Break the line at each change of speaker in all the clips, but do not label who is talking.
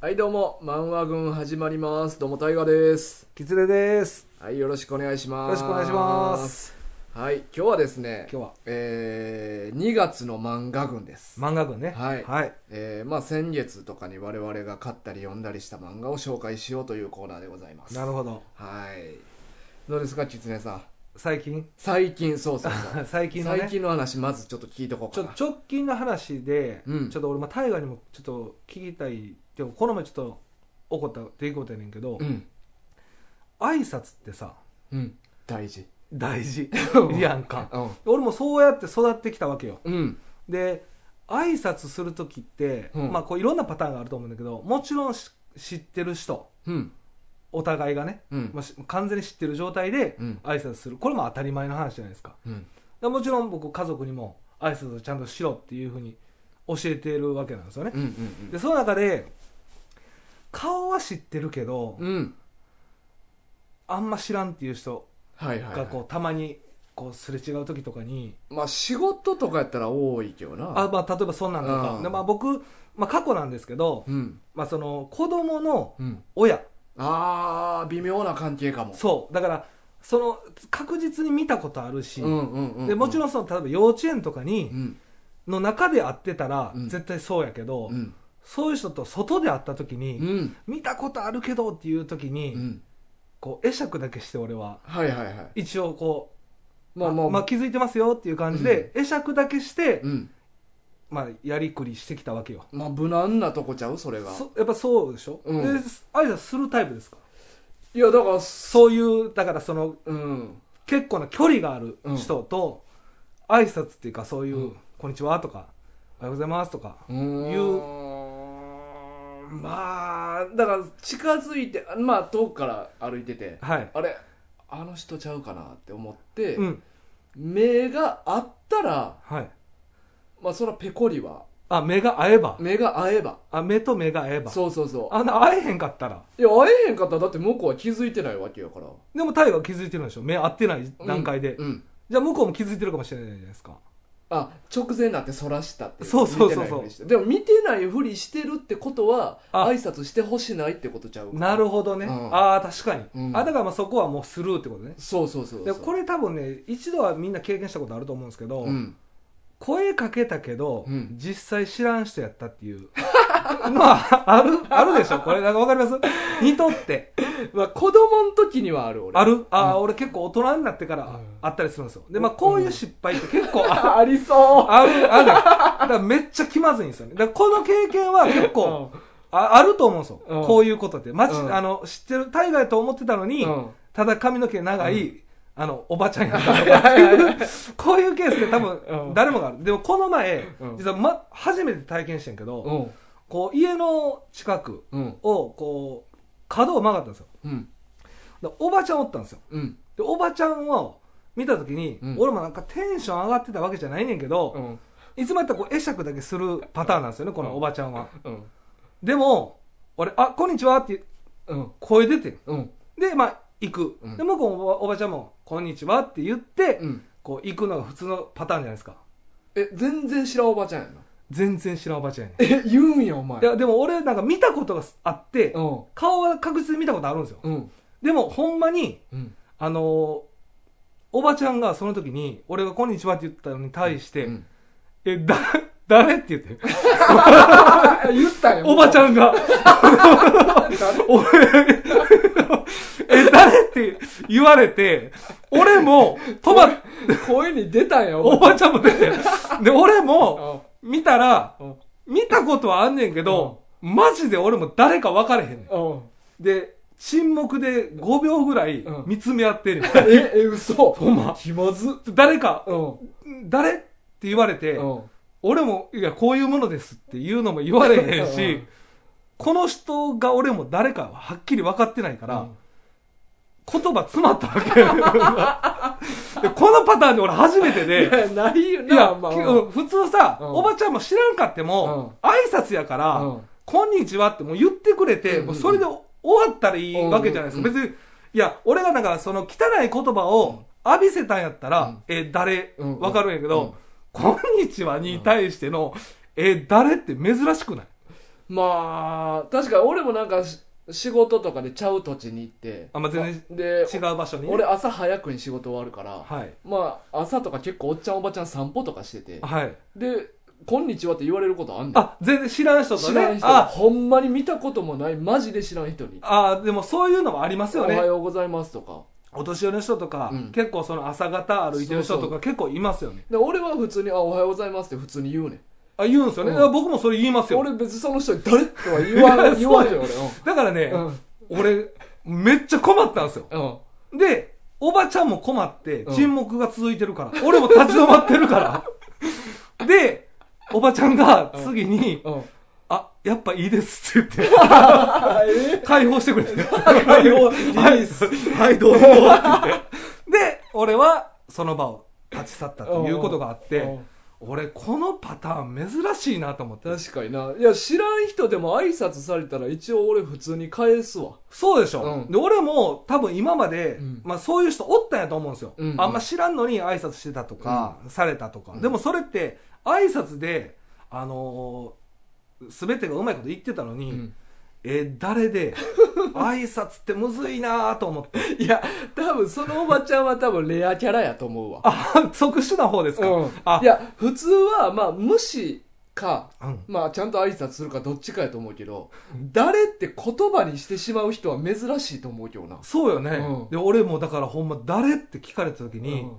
はいどうも漫画軍始まりますどうもタイガーです
きつねです。
はいよろしくお願いします
よろしくお願いします。
はい今日はですね
今日は
えー、2月の漫画群です、
漫画群ね。
はい
はい。
えーまあ、先月とかに我々が買ったり読んだりした漫画を紹介しようというコーナーでございます
なるほど。
はいどうですか狐さん
最近
最近そうそうそう
最近の
最
ね。
近の話まずちょっと聞いとこう
ち
か
ょ
な
直近の話で、
うん
ちょっと俺も大河にもちょっと聞きたい。でもこの前ちょっと起こった出来事やねんけど、
うん
挨拶ってさ
うん大事
大事やんか。
うん
俺もそうやって育ってきたわけよ。
うん
で挨拶する時って、
うん
まあこういろんなパターンがあると思うんだけど、もちろんし知ってる人。
うん
お互いがね、
うん
まあし完全に知ってる状態で
うん
挨拶する、これも当たり前の話じゃないですか
うん
でもちろん僕家族にも挨拶をちゃんとしろっていうふうに教えてるわけなんですよね
う、ん
でその中で顔は知ってるけど、
うんうん
あんま知らんっていう人
はいはい、
がこうたまにこうすれ違う時とかに、
まあ仕事とかやったら多いけどな
あまあ、例えばそんなんとか、
うん
でまあ、僕、まあ、過去なんですけど、
うん
まあ、その子供の
うん
親
あー微妙な関係かも
そうだからその確実に見たことあるし、
うんうんうん
でもちろ
ん
んその例えば幼稚園とかに、
うん
の中で会ってたら
うん
絶対そうやけど、
うん
そういう人と外で会った時
う
に、
ん
見たことあるけどっていう時に、
うん
こう会釈だけして俺は
はいはいはい
一応こう、
まあまあ
まあ、気づいてますよっていう感じで、会釈だけして、
うん
まあ、やりくりしてきたわけよ
まあ無難なとこちゃうそれが
そやっぱそうでしょ、
うん
で挨拶するタイプですか
いやだからそ
そういうだからその
うん
結構な距離がある人と、挨拶っていうかそういう、
うん
こんにちは」とか「おはようございます」とか、
うーんまあだから近づいてまあ遠くから歩いてて
はい、
あれあの人ちゃうかなって思って、
うん
目が合ったら
はい、
まあそらペコリは
あ目が合えば
目が合えば
あ目と目が合えば
そうそうそう
あんな会えへんかったら
いや会えへんかったらだって向こうは気づいてないわけやから
でもタイが気づいてるんでしょ目合ってない段階で、
うんうん
じゃあ向こうも気づいてるかもしれないじゃないですか
あ直前になってそらしたってい
そうそうそうそ
見
う
てないふりしてでも見てないふりしてるってことは
あ
挨拶してほしないってことちゃう
な
ほ
るほどね、
うん
ああ確かに、
うん
あだからまあそこはもうスルーってことね
どそうそうそうそう
でこれ多分ね一度はみんな経験したことあると思うんですけど、
うん
声かけたけど、
うん
実際知らん人やったっていう まああるあるでしょこれなんかわかります似とって
まあ子供の時にはある俺
あるあー、俺結構大人になってから
うん
あったりするんですよでまあこういう失敗って結構あ
あありそう
ある、ある。だからめっちゃ気まずいんですよね。だからこの経験は結構、ああると思うんですよ。
うん
こういうことって。まち、
うん
あの、知ってる、大概と思ってたのに、
うん
ただ髪の毛長い、あの、おばちゃんやった
いやいやいや
こういうケースで多
うん
分、誰もがある。でもこの前
うん、
実はま、初めて体験してんけど、
うん
こう、家の近く
うん
を、こう、角を曲がったんですよ。
うん
だからおばちゃんおったんですよ。
うん
で、おばちゃんを見たときに、
うん
俺もなんかテンション上がってたわけじゃないねんけど、
うん
いつもやったらこう会釈だけするパターンなんですよね、このおばちゃんは。
うん
でも、俺、あ、こんにちはって
うん
声出てん。
うん
で、まあ、行く。
うん
で、向こうもおばおばちゃんも、こんにちはって言って、
うん
こう行くのが普通のパターンじゃないですか。
え全然知らんおばちゃんやな
全然知らんおばちゃんやね
え言うんやお前
ん。いや、でも俺なんか見たことがあって、
うん
顔は確実に見たことあるんですよ。
うん
でも、ほんまに、
うん
あのーおばちゃんがその時に、俺がこんにちはって言ったのに対して、
うん
え、だ、誰って言って。
あ言ったよ
おばちゃんが。俺、え、誰って言われて、俺も、止まっ、
声に出たんや
おばちゃんも出て、で、俺も、
ゃん
見たら、
うん
見たことはあんねんけど、マジで俺も誰か分かれへんねん。
うん
で、沈黙で5秒ぐらい
うん
見つめ合ってる。
え、え、嘘
ほんま
気まず。
誰か、
うん。
誰って言われて、
うん。
俺も、いや、こういうものですっていうのも言われへん
う
し
ん、
この人が俺も誰かははっきり分かってないから、言葉詰まったわけよ でこのパターンで俺初めて
い
で、
や、ないよ
いや、
な、まあ。
き
うん。
普通さ、
うん
おばちゃんも知らんかっても、挨拶やから、
うん
こんにちはってもう言ってくれて、
うん
もうそれで終わったらいいわけじゃないですか。
うん
別に、いや、俺がなんかその汚い言葉を浴びせたんやったら、
うん
え、誰、
うん
わかるんやけど、
うん
こんにちはに対しての、え、誰って珍しくない
まあ確かに俺もなんかし仕事とかでちゃう土地に行って
あまあ全
で
然違う場所にね
俺朝早くに仕事終わるから
はい
まあ朝とか結構おっちゃんおばちゃん散歩とかしてて
はい
で「こんにちは」って言われることあんの
あ全然知らん人と
知
ね
らん人
あ
ほんまに見たこともないマジで知らん人に
あでもそういうのもあり
「
ます
お
よ
は
ね
ようございます」とか
お年寄りの人とか、
うん
結構その朝方歩いてる人
そ
と
うそ
か結構いますよね
で俺は普通に「あおはようございます」って普通に言うねん
あ言うんですよね、
うん
だから僕もそれ言いますよ
俺別にその人に「誰?」とは言 わ
いや
ん言わんよ
だからね
俺、うん
俺めっちゃ困ったんですよ
うん
でおばちゃんも困って
うん
沈黙が続いてるから、俺も立ち止まってるか らでおばちゃんが次に、
うん
あ、やっぱいいですって言 って、解放してくれて。解
放
はい、はい、どうぞって言って。で、俺はその場を立ち去ったということがあっ
う
て
ん、
俺このパターン珍しいなと思って。
確かにないや知らん人でも挨拶されたら一応俺普通に返すわ
そうでしょ
う。ん
で、俺も多分今まで
うん、
まあそういう人おったんやと思うんですよ
うんう。ん
あんま知らんのに挨拶してたとか、されたとか。でもそれって、挨拶で、あのー、全てがうまいこと言ってたのに、え 誰で挨拶ってむずいなと思って
いや多分そのおばちゃんは多分レアキャラやと思うわ
あ特殊な方ですか、
うん
あ
いや普通はまあ無視か
うん
まあちゃんと挨拶するかどっちかやと思うけど誰って言葉にしてしまう人は珍しいと思うけどな
そうよね、
うん
で俺もだからほんま誰って聞かれた時に、
うん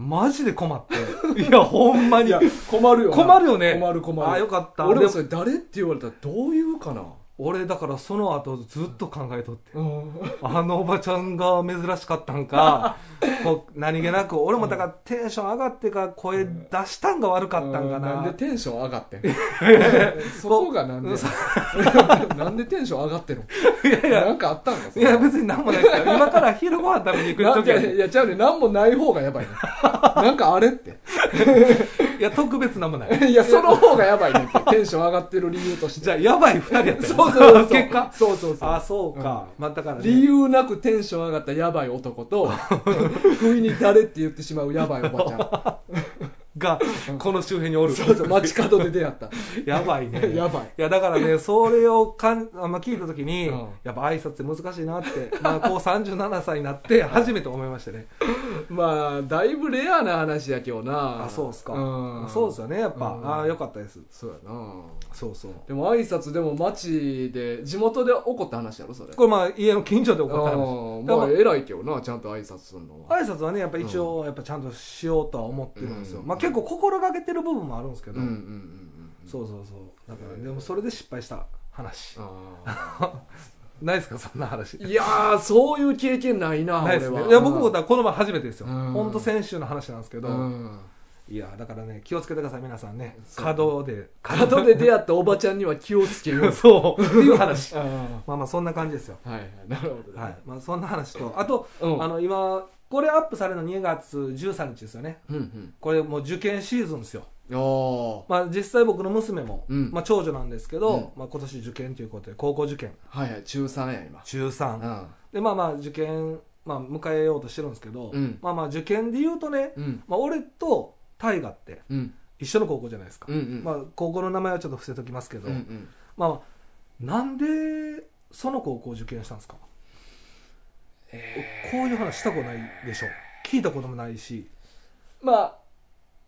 マジで困っていやほんまに
困るよな
困るよね
困る困る
あよかった
俺
で
も
も
それ誰って言われたらどう言うかな
俺だからその後ずっと考えとって
うん
あのおばちゃんが珍しかった んかこう何気なく俺もだからテンション上がってから声出したんが悪かったんかな、
うんなんでテンション上がってんのそこがなんで なんでテンション上がってんの
いやいや
なんかあったんかそ
い
れ
や別に何もないですよ 今から昼ご飯食べに行く
なん
時
か
や
いや、ちゃうね。なんもない方がやばいね。 なんかあれって。
いや、特別なんもない。
いや、その方がやばいね って。テンション上がってる理由として。
じゃあ、やばい二人やったよ
そうそうそう。
結果
そうそうそう。
あ、そうか。まあ、だから、
理
ね、
由なくテンション上がったやばい男と、 不意に誰って言ってしまうやばいおばちゃん。
が、この周辺におる。
そうそう、街角で出会った。
やば いね。
やばい。
いやだから ね、それをかん、あまあ、聞いたときに、
うん
やっぱ挨拶って難しいなって、まあ、こう37歳になって初めて思いましたね。
まあ、だいぶレアな話やけどな。
あ、そうっすか。
うん。
そうですよね、やっぱ。
うん
あよかったです。
そうやな。
そうそう。
でも挨拶でも街で、地元で起こった話やろ、それ。
これまあ、家の近所で起こった
あ
話。だ
ま
か
あ、
ら
偉いけどな、ちゃんと挨拶するのは。
挨拶はね、やっぱ一応、やっぱちゃんとしようとは思ってるんですよ。
うん
まあ、結構心がけてる部分もあるんですけど、
うんうんうんうん。
そうそうそうだから、でもそれで失敗した話
あ
ないですかそんな話
ーいやー、そういう経験ないな、
ないです
俺
ね
は。
いや僕もだからこの前初めてですよ
うん
本当先週の話なんですけど、
うん
いやだからね気をつけてください皆さんね
そう
角で。
角で出会ったおばちゃんには気をつけよう
そうっていう話
あ
まあまあそんな感じですよ
ーはいはい、なるほど。
はい、まあ、そんな話とあと、
うん
あの今これアップされるの2月13日ですよね
うんうん。
これもう受験シーズンですよ
あ
まあ実際僕の娘も、
うん
まあ長女なんですけど、
うん
まあ今年受験ということで高校受験
あ、はいはい、中3や、今。
中3、
う
でまあまあ受験、まあ、迎えようとしてるんですけど、
うん
まあまあ受験で言うとね、
ん。うん。
まあ、俺と大河って
うん。
一緒の高校じゃないですか、
うんうん。
まあ、高校の名前はちょっと伏せときますけど、
うんうん。
まあまあなんでその高校受験したんですか、こういう話したことないでしょ聞いたこともないし
まあ、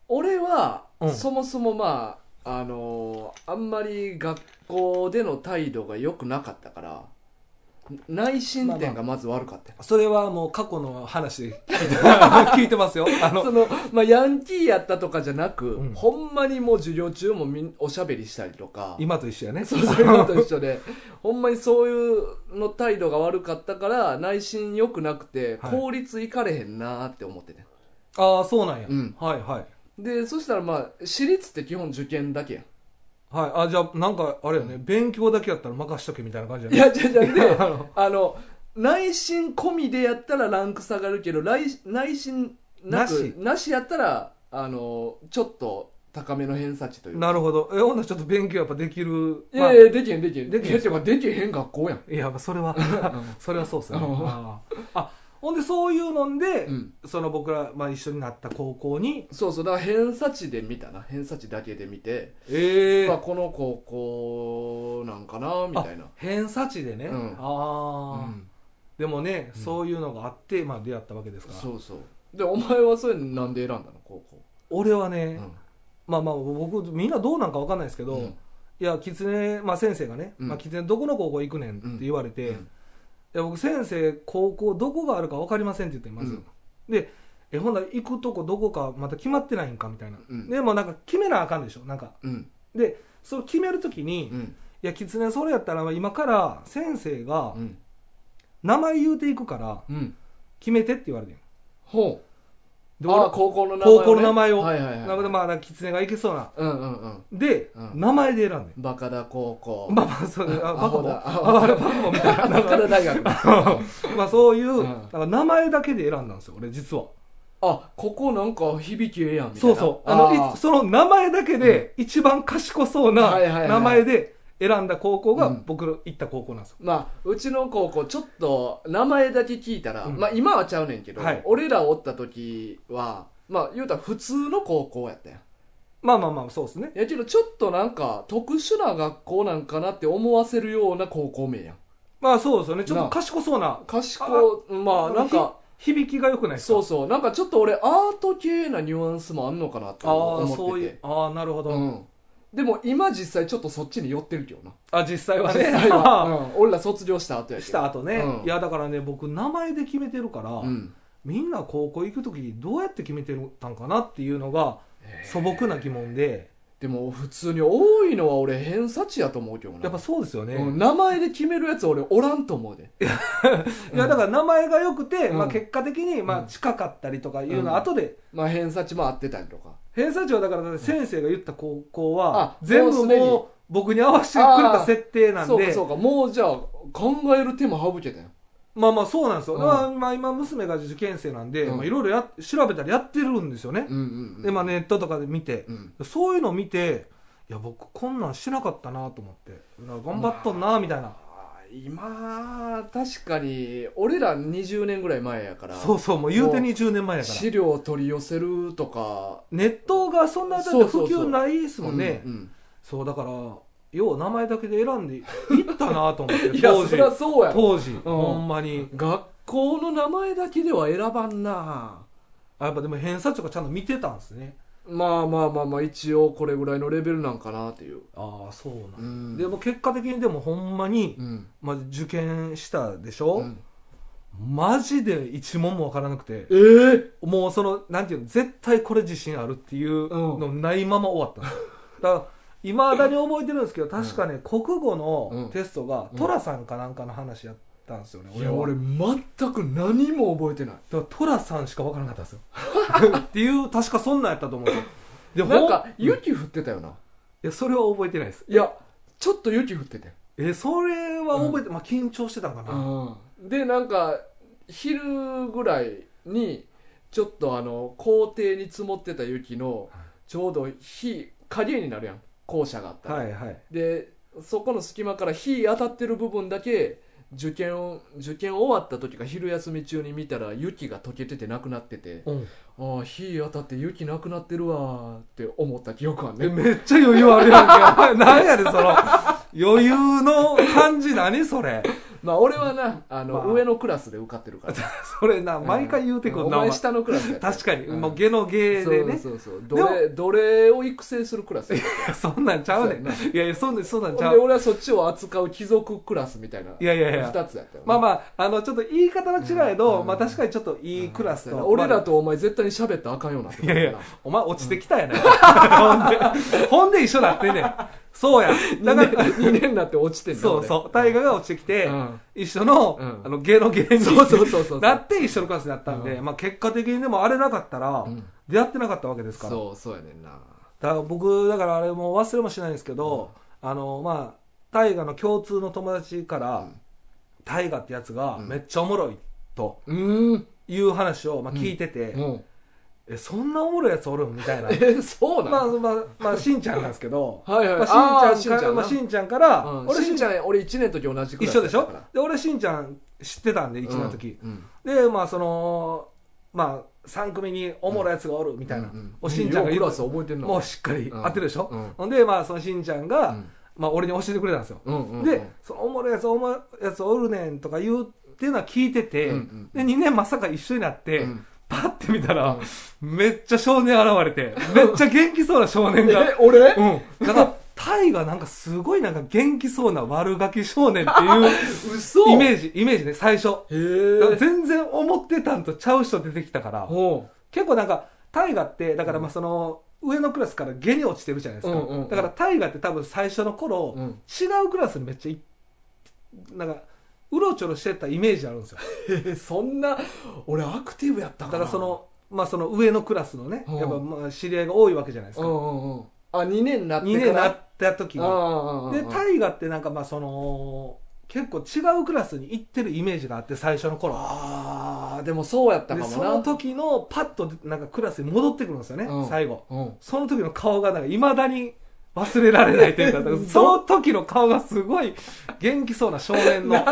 俺は
う、ん
そもそもまあ、あのーあんまり学校での態度が良くなかったから、内心点がまず悪かった。
それはもう過去の話で聞いて 聞いてますよあの
その、まあ、ヤンキーやったとかじゃなく、
うん
ほんまにもう授業中もみんおしゃべりしたりとか、
今と一緒やね
そうそういうのと一緒で、ほんまにそういうの態度が悪かったから、内心良くなくて、
はい
効率いかれへんなーって思ってて。
ああそうなんや、
うん
はいはい
で、そしたらまあ、私立って基本受験だけやん。
はい、あじゃあなんかあれやね勉強だけやったら任しとけみたいな感じや
い
ね
や、じゃじゃで
あの、
あの、内心込みでやったらランク下がるけど、来内心なく、な
なし
しやったら、あの、ちょっと高めの偏差値というか。
なるほどえほんならちょっと勉強やっぱできる、
いや
まあ
いや、できへん、できへん。
できへん
いやてかできへん学校やん。
いやまあそれはそれはそうっすよね
うん
あーあほんでそういうのんで、
うん
その僕ら、まあ、一緒になった高校に
そうそうだから偏差値で見たな偏差値だけで見て、
え
まあ、この高校なんかなみたいな
偏差値でね、
うん
ああ、
うん
でもね、
うん
そういうのがあって、まあ、出会ったわけですから
そうそうでお前はそれなんで選んだの高校、
俺はね、
うん
まあまあ僕みんなどうなんかわかんないですけど、
うん
いや狐、まあ、先生がね「
うん
まあ、狐どこの高校行くねん」って言われて、
うん
いや僕先生高校どこがあるか分かりませんって言ってます、
うん
でえほんなら行くとこどこかまた決まってないんかみたいな、
うん
でもなんか決めなあかんでしょなんか
うん
でそれ決めるときに、
う
い
ん
や狐それやったら今から先生が
うん
名前言うていくから
うん
決めてって言われてん
ほう
で
ああ
俺
高校の名前を、ね、
高校の名前を、
はいはいはい、
なのでまあなんか狐が行けそうな
うんうんうん
で、
うん
名前で選んでん
バカだ高校
まあまあ、そう、あ
ア
バカ
ホ
ボ
だ
ああれバカボみたいな。な
バ
んか
カだ大学
まあそういう、
うん
なんか名前だけで選んだんですよ、俺実は。
あここなんか響きええやんみたい
そう
な
そう。あ
あ
の、い
の
その名前だけで、一番賢そうな
はいはいはいはい
名前で選んだ高校が
うん
僕の行った高校なんですよ。
まあうちの高校ちょっと名前だけ聞いたら、
うん
まあ今はちゃうねんけど、
はい
俺らおった時はまあ言うたら普通の高校やったやん
まあまあまあ、そうですね。
いやけどちょっとなんか特殊な学校なんかなって思わせるような高校名やん
まあそうですよね。ちょっ
な
と賢そうな。
賢い
あ
まあなんか
響きが良くないですか
そうそうなんかちょっと俺アート系なニュアンスもあんのかなって
あ
思
あ、
ってて
そういう。ああ、なるほど。
うん、でも今実際ちょっとそっちに寄ってるけどな
あ、実際はね。
実際 は、うん、俺ら卒業した後やけど
した後ね、
うん
いやだからね僕名前で決めてるから、
うん
みんな高校行く時どうやって決めてたんかなっていうのが素朴な疑問で
でも普通に多いのは俺偏差値やと思うけどな
やっぱそうですよね、
うん名前で決めるやつ俺おらんと思うで
いやだから名前が良くて、
うん
まあ、結果的にまあ近かったりとかいうのは後で、
まあ偏差値も合ってたりとか
偏差値はだから先生が言った高校は
あ
全
も
部
うすでに
もう僕に合わせてくれた設定なん
そうか
で
そうかもうじゃあ考える手も省けたよ
まあまあそうなんですよ、
うん
まあまあ、今娘が受験生なんで
うん
まあいろいろやっ調べたりやってるんですよね、
うんうんうん
でまあネットとかで見て
う、ん
そういうのを見ていや僕こんなんしてなかったなと思ってなんか頑張っとんなみたいな、
あー今確かに俺ら20年ぐらい前やから
そうそうもう言うて20年前やから
資料を取り寄せるとか
ネットがそんなだって
そう
普
そうそう
及ないですもんね
うんうん
そうだからよう名前だけで選んでいったなと思って
いや
当
そ
時
りゃそうや
当時、ほんまに
学校の名前だけでは選ばんな
あやっぱでも偏差値とかちゃんと見てたんですね
まあまあまあまあ一応これぐらいのレベルなんかなっていう
ああそうなん、
ん
でも結果的にでもほんまに、
うん
まあ、受験したでしょ、
うん
マジで一問もわからなくて
えー
もうそのなんていうの絶対これ自信あるっていうのないまま終わったんですよだからいまだに覚えてるんですけど確かね、国語
う
の
ん
テストが、
うん
寅さんかなんかの話やったんですよね
いや
は
俺全く何も覚えてない
だからトラさんしか分からなかったんですよっていう確かそんなんやったと思うんですよで
なんか
ほんい
雪降ってたよな
やそれは覚えてないです
いやちょっと雪降ってたよ
えそれは覚えて、まあ緊張してたんかな、
でなんか昼ぐらいにちょっとあの校庭に積もってた雪のちょうど火影になるやん校舎があったら、
はいはい
でそこの隙間から火当たってる部分だけ受験を受験終わった時か昼休み中に見たら雪が溶けててなくなってて
うん、
ああ火当たって雪なくなってるわーって思った記憶は
え
ね
めっちゃ余裕あるやんか 何やねんその余裕の感じ何それ
まあ俺はなあの、
まあ
上のクラスで受かってるから
それな 毎回言うてく
こ
ん
お
な、
前下のクラスやから
確かに、
うん
もう下の芸でね
そうそうそう奴隷奴隷を育成するクラス
そんなんちゃうねん
そうや
いやいやそんなんそんなんち
ほん
ゃ
で
う
俺はそっちを扱う貴族クラスみたいない
やいやいや
2つやったよ
まあまああのちょっと言い方は違えど、
うん
まあ確かにちょっといいクラスと、
俺らとお前絶対に喋ったらあかんようになって
い
た
やい
から
や、お前落ちてきたやな。ほんで、ほんで一緒だってんねん。そうや。だか
な
ら、
2年になって落ちてんだ
そうそう。大河が落ちてきて、
うん
一緒の、
うん
あの、芸の芸人
そうそうそうそう
なって一緒のクラスになったんで、
う
まあ結果的にでもあれなかったら、
ん
出会ってなかったわけですから。
そうそうやねんな
だから僕、だからあれも忘れもしないんですけど、あの、まあ、大河の共通の友達から、大河ってやつが
うん
めっちゃおもろいと
うーん
いう話を、まあ聞いてて、
うん
え、そんなおもろいやつおるんみ たいな。
えそう
ま
な
あ
の
まあ、まあ、しんちゃんなんですけ ど、
はいはい
まあ、しんちゃん
あーしんち
か
ゃん
ら、
な
まあ、しんちゃんから、
うん
俺
し
しん
ん
ち
ち
ゃん
ゃん俺1年の時同じクラ
一
ス
緒
や
で
っ
したょ
から
で、俺しんちゃん知ってたんで1年の時、
うん
でまあそのまあ3組におもろいやつがおるみたいな、
う
おしんちゃんが
よう
言
クラ
う
ス覚えてんの
もうしっかり
うん
合ってるでしょ、
うん
ほんでまあそのしんちゃんが、
うん
まあ、俺に教えてくれたんですよ、
うんうんうん
でそのおもろいやつおもろいやつおるねんとか言うっていうのは聞いてて、
うんうん
で2年まさか一緒になって、
うん
パッて見たら、めっちゃ少年現れてめっちゃ元気そうな少年が
え俺
うんだからタイがなんかすごいなんか元気そうな悪ガキ少年ってい う
嘘
イメ
へ
ージイメージね最初だから
え
全然思ってたんとちゃう人出てきたから
ほ
結構なんか大河ってだからまあその、上のクラスから下に落ちてるじゃないですか、
うんうんうん
だから大河って多分最初の頃、
うん
違うクラスにめっちゃいなんかうろちょろしてたイメージあるんですよ
うへえそんな俺アクティブやった
だ
か
かららその,、まあ、その上のクラスのね、
うん
やっぱまあ知り合いが多いわけじゃないです
う
か、
んうんうんあ二年になっ
2
て
年
か
にな
ら
った時に
あ
で
で
大河ってなんかまあその結構違うクラスに行ってるイメージがあって最初の頃
ああでもそうやったか
で
もな
その時のパッとなんかクラスに戻ってくるんですよね、
うん
最後
うん
その時の顔がなんか未だに忘れられないというか、だから その時の顔がすごい元気そうな少年の、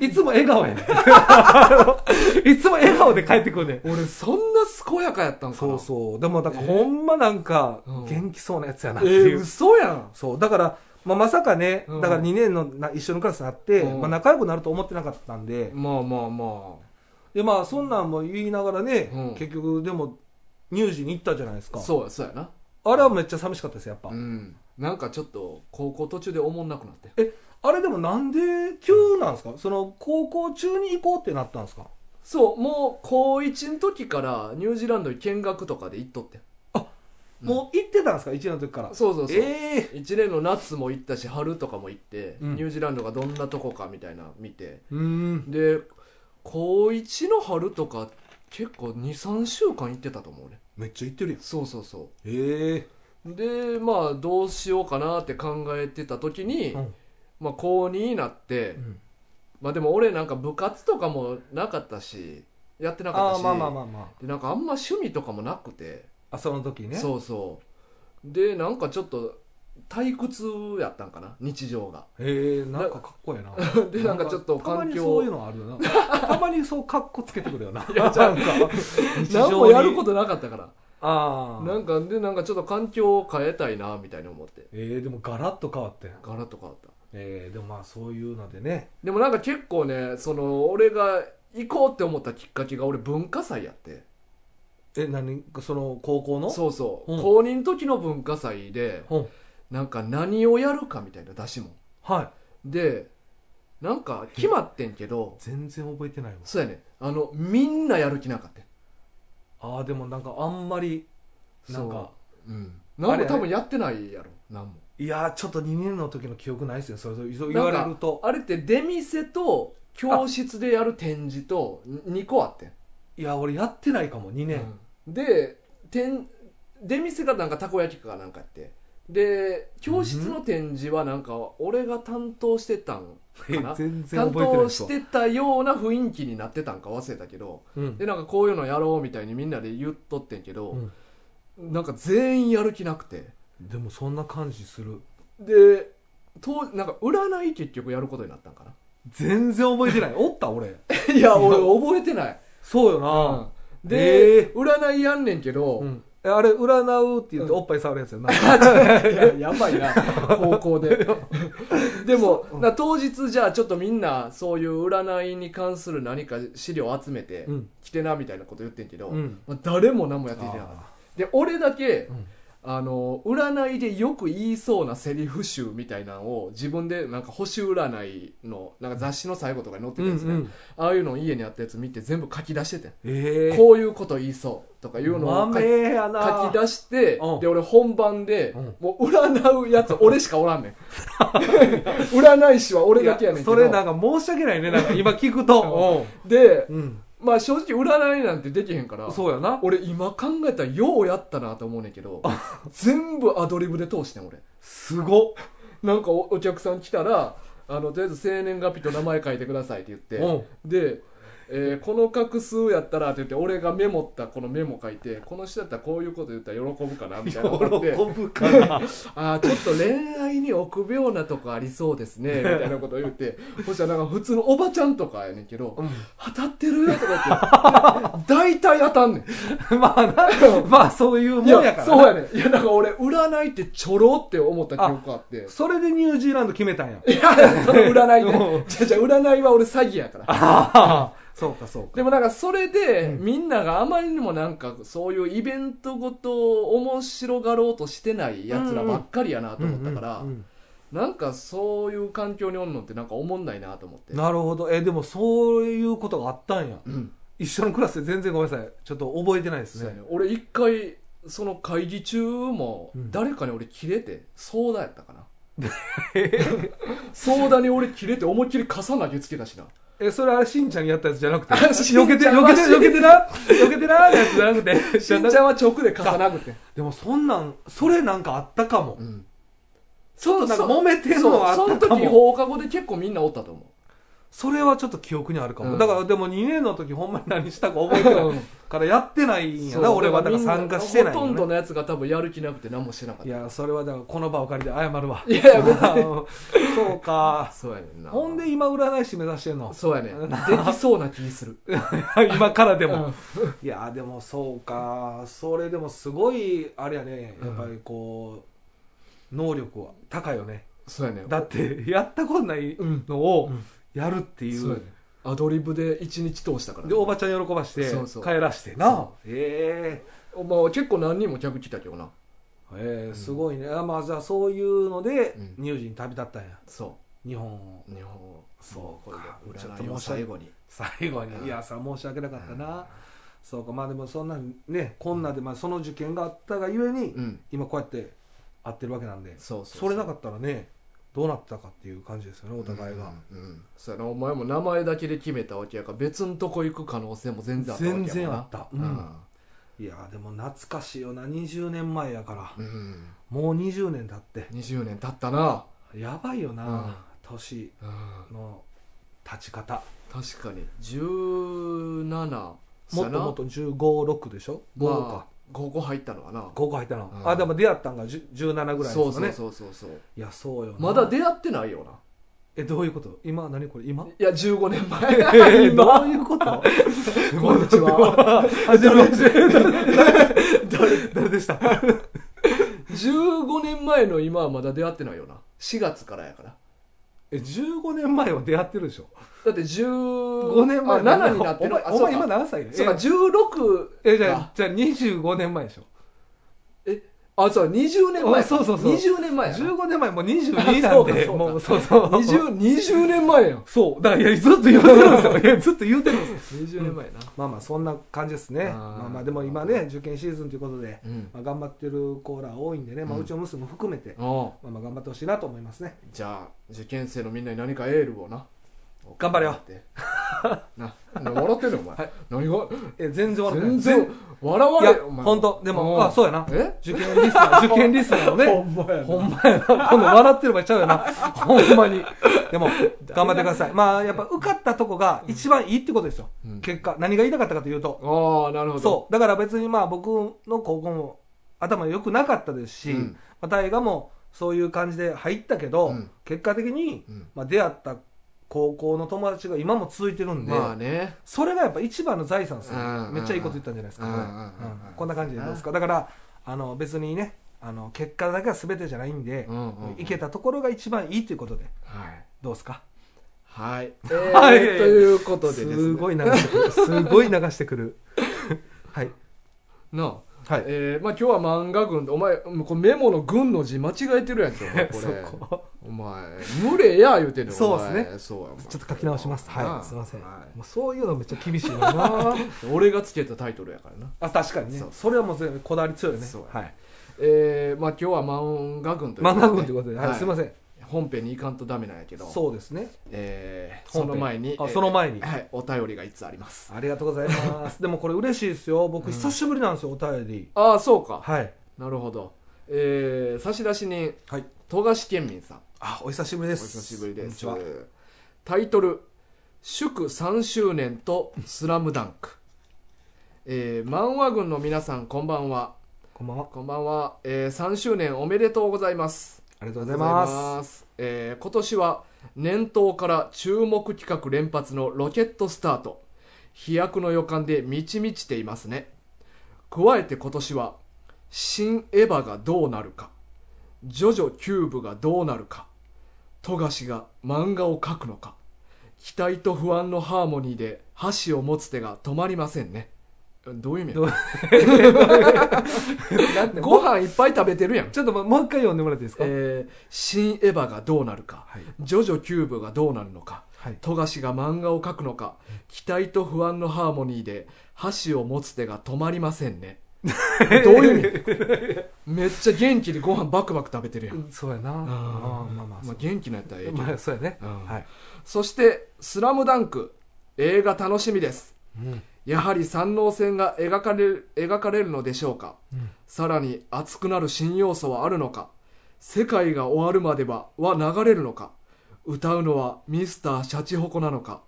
いつも笑顔やねあ のいつも笑顔で帰ってくるね
俺そんな健やかやったんか
そ
な
うそう。でも、だからほんまなんか
うん、
元気そうなやつやなって
え
い
ー
う。
嘘やん
そう。だから、まあ、まさかね、
うん
だから2年のな一緒のクラスになって、
うん
まあ、仲良くなると思ってなかったんで、
まあまあま
で、まあ、そんなんも言いながらね、
うん
結局、でも、乳児に行ったじゃないです
あ
か。
そうやそうやな
あれはめっちゃ寂しかったです、やっぱ。
うんなんかちょっと高校途中でおもんなくなって
えあれでもなんで急なんですかその高校中に行こうってなったんですか
そうもう高1の時からニュージーランドに見学とかで行っとってんうん
もう行ってたんですか1年の時から
そうそうそう、
ええ
1年の夏も行ったし春とかも行って、
うん
ニュージーランドがどんなとこかみたいな見て
うーん
で高1の春とか結構23週間行ってたと思うね
めっちゃ行ってるやん
そうそうそ
ええ
うでまあどうしようかなって考えてた時に、
うん
まあ高2になって、
うん
まあでも俺なんか部活とかもなかったしやってなかっ
あ
た
あ
し
まあまあまあま
でなんかあんま趣味とかもなくて、
ああその時ね
そうそうでなんかちょっと退屈やったんかな日常が
ええなんかかっこいいな
でなんかちょっと
たま
環
に
境
そういうのあるよな たまにそうかっこつけてくるよな
やじゃあ
なんか日
何もやることなかったから
ああ
なんかでなんかちょっと環境を変えたいなみたいに思って
ええでもガラッと変わって
ガラッと変わった
ええでもまあそういうのでね
でもなんか結構ねその俺が行こうって思ったきっかけが俺文化祭やって
え何その高校の
そうそう、
うん
公認の時の文化祭で
うん
なんか何をやるかみたいな出しも
はい
んでなんか決まってんけど
全然覚えてないわ
そうやねあのみんなやる気なかったよ
ああでもなんかあんまりなんか
そううん何も多分やってないやろ何も
いやーちょっと2年の時の記憶ないですよそれそう言われると
あれって出店と教室でやる展示と2個あってん
いや俺やってないかも2年、
うんで展出店がなんかたこ焼きかなんかやってで教室の展示はなんか俺が担当してたんかな
全然
担
覚えてない
当
です
し
わ
てたような雰囲気になってたんか忘れたけど
うん
でなんかこういうのやろうみたいにみんなで言っとってんけど、
うん
なんか全員やる気なくて
でもそんな感じする
でとなんか占い結局やることになったんか な
全然覚えてないおった俺
いや俺覚えてない、
そうよ
うん
な、
で、
え
占 いやんねんけど、
うんえあれ占うって言っておっぱい触るやつよな、
いややばい な高校ででも、な当日じゃあちょっとみんなそういう占いに関する何か資料集めて
うん
来てなみたいなこと言ってんけど、
うん
まあ誰も何もやってきてなかったで俺だけ、
うん
あの占いでよく言いそうなセリフ集みたいなのを自分でなんか星占いのなんか雑誌の最後とかに載って
う
た
んう
やつね、
ん、
ああいうのを家にあったやつ見て全部書き出しててん、
ええ
こういうこと言いそうとかいうのを書
豆
き
やな
書き出して、
うん
で俺本番で、
うん
もう占うやつ俺しかおらん ねん占い師は俺だけやねんけど
いそれなんか申し訳ないねなんか今聞くと
で
うん、うん
まあ正直占いなんてできへんから
そうやな
俺今考えたらようやったなと思うねんけど全部アドリブで通してん俺
すご
なんかおお客さん来たらあのとりあえず生年月日と名前書いてくださいって言って
う
でえーこの画数やったらって言って俺がメモったこのメモ書いてこの人だったらこういうこと言ったら喜ぶかなみたいなのがあって
喜ぶかな
あーちょっと恋愛に臆病なとこありそうですねみたいなことを言ってそしたらなんか普通のおばちゃんとかやねんけど当たってるとか言って大体当たんねん
まあなまあそういうもん
い
やから
や
な
そうやねんいやなんか俺占いってちょろって思った記憶あ って
それでニュージーランド決めたんや
いやその占い
う
ねじゃじゃ占いは俺詐欺やから
ああそうかそうか
でもなんかそれで、
うん
みんながあまりにもなんかそういうイベントごとを面白がろうとしてないやつらばっかりやなと思ったから、
うんうんうん
なんかそういう環境におんのってなんか思んないなと思って、
なるほどえでもそういうことがあったんや
うん
一緒のクラスで全然ごめんなさいちょっと覚えてないです
そうや
ね
ね俺一回その会議中も
うん
誰かに俺切れて相談やったかな相談に俺切れて思いっきり傘投げつけたしな
えそれあれしんちゃんにやったやつじゃなくて
しんちゃ
避
ん
けて避
は
けて避けてな避けてなのやつじゃなくて
しんちゃんは直で傘殴って、
でもそんなんそれなんかあったかも
ん、
ちょっとなんか揉めてんのはあ
そ
っ
の
たか
時
も
放課後で結構みんなおったと思う
それはちょっと記憶にあるかも、
うん
だからでも2年の時ほんまに何したか覚えてないからやってないんや
そ
な
う
俺はだから
みんな
参加してない
ほ
よ
と
ね
んどのやつが多分やる気なくて何もしてなかっ
い
た
やそれはだからこの場を借りて謝るわ
いやいや別
あの そうか
そうやねんな
ほんで今占い師目指してんの
そうやねんできそう な気する
今からで
で
も、いやでもそうかそれでもすごいあれやねやっぱりこう、能力は高いよね
そうやねん
だってやったことない
うん
のを
うん
やるっていう,、
そうやねんアドリブで一日通したから
でおばちゃん喜ばして
そうそう
帰らしてな
そ
ええ
まあ結構何人も客来たけどな
ええすごいね、あまあじゃあそういうので
うん
乳児に旅立ったんや
そ
日本を
う日本を
そう
これで
か
占いを最後に
最後にいやそれは申し訳なかったな、そうかまあでもそんなねこんなで、まあ、その受験があったがゆえに、
うん
今こうやって会ってるわけなんで
そうそう
それなかったらねどうなってたかっていう感じですよねお
お
互いが、
うんそうやなお前も名前だけで決めたわけやから別んとこ行く可能性も全然あったわけやもんな
全然あったうん
うん
いやでも懐かしいよな20年前やから、
うん
もう20年経って
20年経ったな
やばいよな、
うん
年
うん
の立ち方
確かに17
もっともっと156でしょ5
5
か
か、5個入ったのかな
5個入ったの、
うん
あでも出会ったんが10 17ぐらいです
そ
よね
うそうそうそうそう
いやそうよな
まだ出会ってないよな
えどういうこと今何これ 今
いや15年
え
前
ー、どう
今
いうこと
こんにちは
はじめまして誰誰でした
15年前の今はまだ出会ってないよな4月からやから
え15年前は出会ってるでしょ
だって15
5年前
あ7になって
お前
るあ
お前
そう
今
か
何歳
そうか
ええ
16
じゃあ
か
じゃあ25年前でしょ
えあそう20年前
おそうそうそう
20年前やな
15年前もう22なんで
あそうかそうか
もうそうそう
20 20年前やん
そうだからいやずっと言ってるんですよいやずっと言うてるんです
20年前やな
まあまあそんな感じですね
あー
まあまあでも今ね受験シーズンということで、
うん
まあ、頑張ってる子ら多いんでね、まあ、
うん
うちの娘も含めて、ま
おう
あ、まあ頑張ってほしいなと思いますね
じゃあ受験生のみんなに何かエールをな
頑張れよ
なな笑ってんのお前、
はい
何が
え全然悪くない
全然笑わ
い
れ
や
よお前
本当で
ん
もあそうやな
え
受験リスナ ー受験リスナーのね
んまや
ほんまやなこの笑ってる場合ちゃ うよなほんまにでも頑張ってくださいまあやっぱ受かったとこが一番いいってことですよ、
うん
結果何が言いたかったかというと、
ああなるほど
そうだから別にまあ僕の高校も頭良くなかったですし、
うん
まあ、大河もそういう感じで入ったけど、
うん
結果的に、
うん
まあ、出会った高校の友達が今も続いてるんで、
まあね
それがやっぱ一番の財産ですよ
うんうんうん
めっちゃいいこと言ったんじゃないですか、
うん
こ
うん
れ
うん
うんこんな感じでどうですかだからあの別にねあの結果だけは全てじゃないんで、
うんうんうん
いけたところが一番いいということで
はい
どうですか
はい、えー
はい
ということでですすね
ごい流してくるすごい流してくる はい
なあ
はい
えーまあ、今日は漫画軍でお前これメモの軍の字間違えてるやんけ お前こ
そ
れ
こ
お前無理や言うてんの
そうっすね
そうやお前
ちょっと書き直します
な
は
あ
いすいません、
は
もうそういうのめっちゃ厳しい よな
俺がつけたタイトルやからな
あ確かにね
そう
それはもう全部こだわり強いよね
そう
はい、
えーまあ今日は漫画軍という
漫画
ことで
軍ということで、はいすいません
本編に行かんとダメなんやけど
そうですね
えーそ
本
の
編
前に
あ
えー
その前に
はい、お便りがいつあります
ありがとうござい ますでもこれ嬉しいですよ僕久しぶりなんですよ、お便り
ああそうか
はい
なるほどえー、差出人
はい
富樫県民さん
あお久しぶりで
お
す
久しぶりです
こんにちは
タイトル祝3周年とスラムダンク。えー、漫画軍の皆さん、こんばんは。
こんばんは。
こんばんは、えー、3周年おめでとうございます。
ありがとう
ご
ございます。
す。えー今年は年頭から注目企画連発のロケットスタート。飛躍の予感で満ち満ちていますね。加えて今年は、新エヴァがどうなるか、ジョジョキューブがどうなるか、富樫が漫画を描くのか、期待と不安のハーモニーで箸を持つ手が止まりませんね。どういう意味
どう
やご飯いっぱい食べてるやん。
ちょっともうもう一回読んでもらっていいですか、
えー新エヴァがどうなるか、
はい
ジョジョキューブがどうなるのか、
はい。
富樫が漫画を描くのか、期待と不安のハーモニーで箸を持つ手が止まりませんね。どういう意味 めっちゃ元気でご飯バクバク食べてるやん。
そうやな。ああまあまあ、
ま
そ
あ、
う
元気なやったらええけど、
まあ、そうやね。
うん
はい。
そして「スラムダンク映画楽しみです
うん
やはり山王戦が描かれる描かれるのでしょうか、
うん
さらに熱くなる新要素はあるのか世界が終わるまではは流れるのか歌うのはミスターシャチホコなのか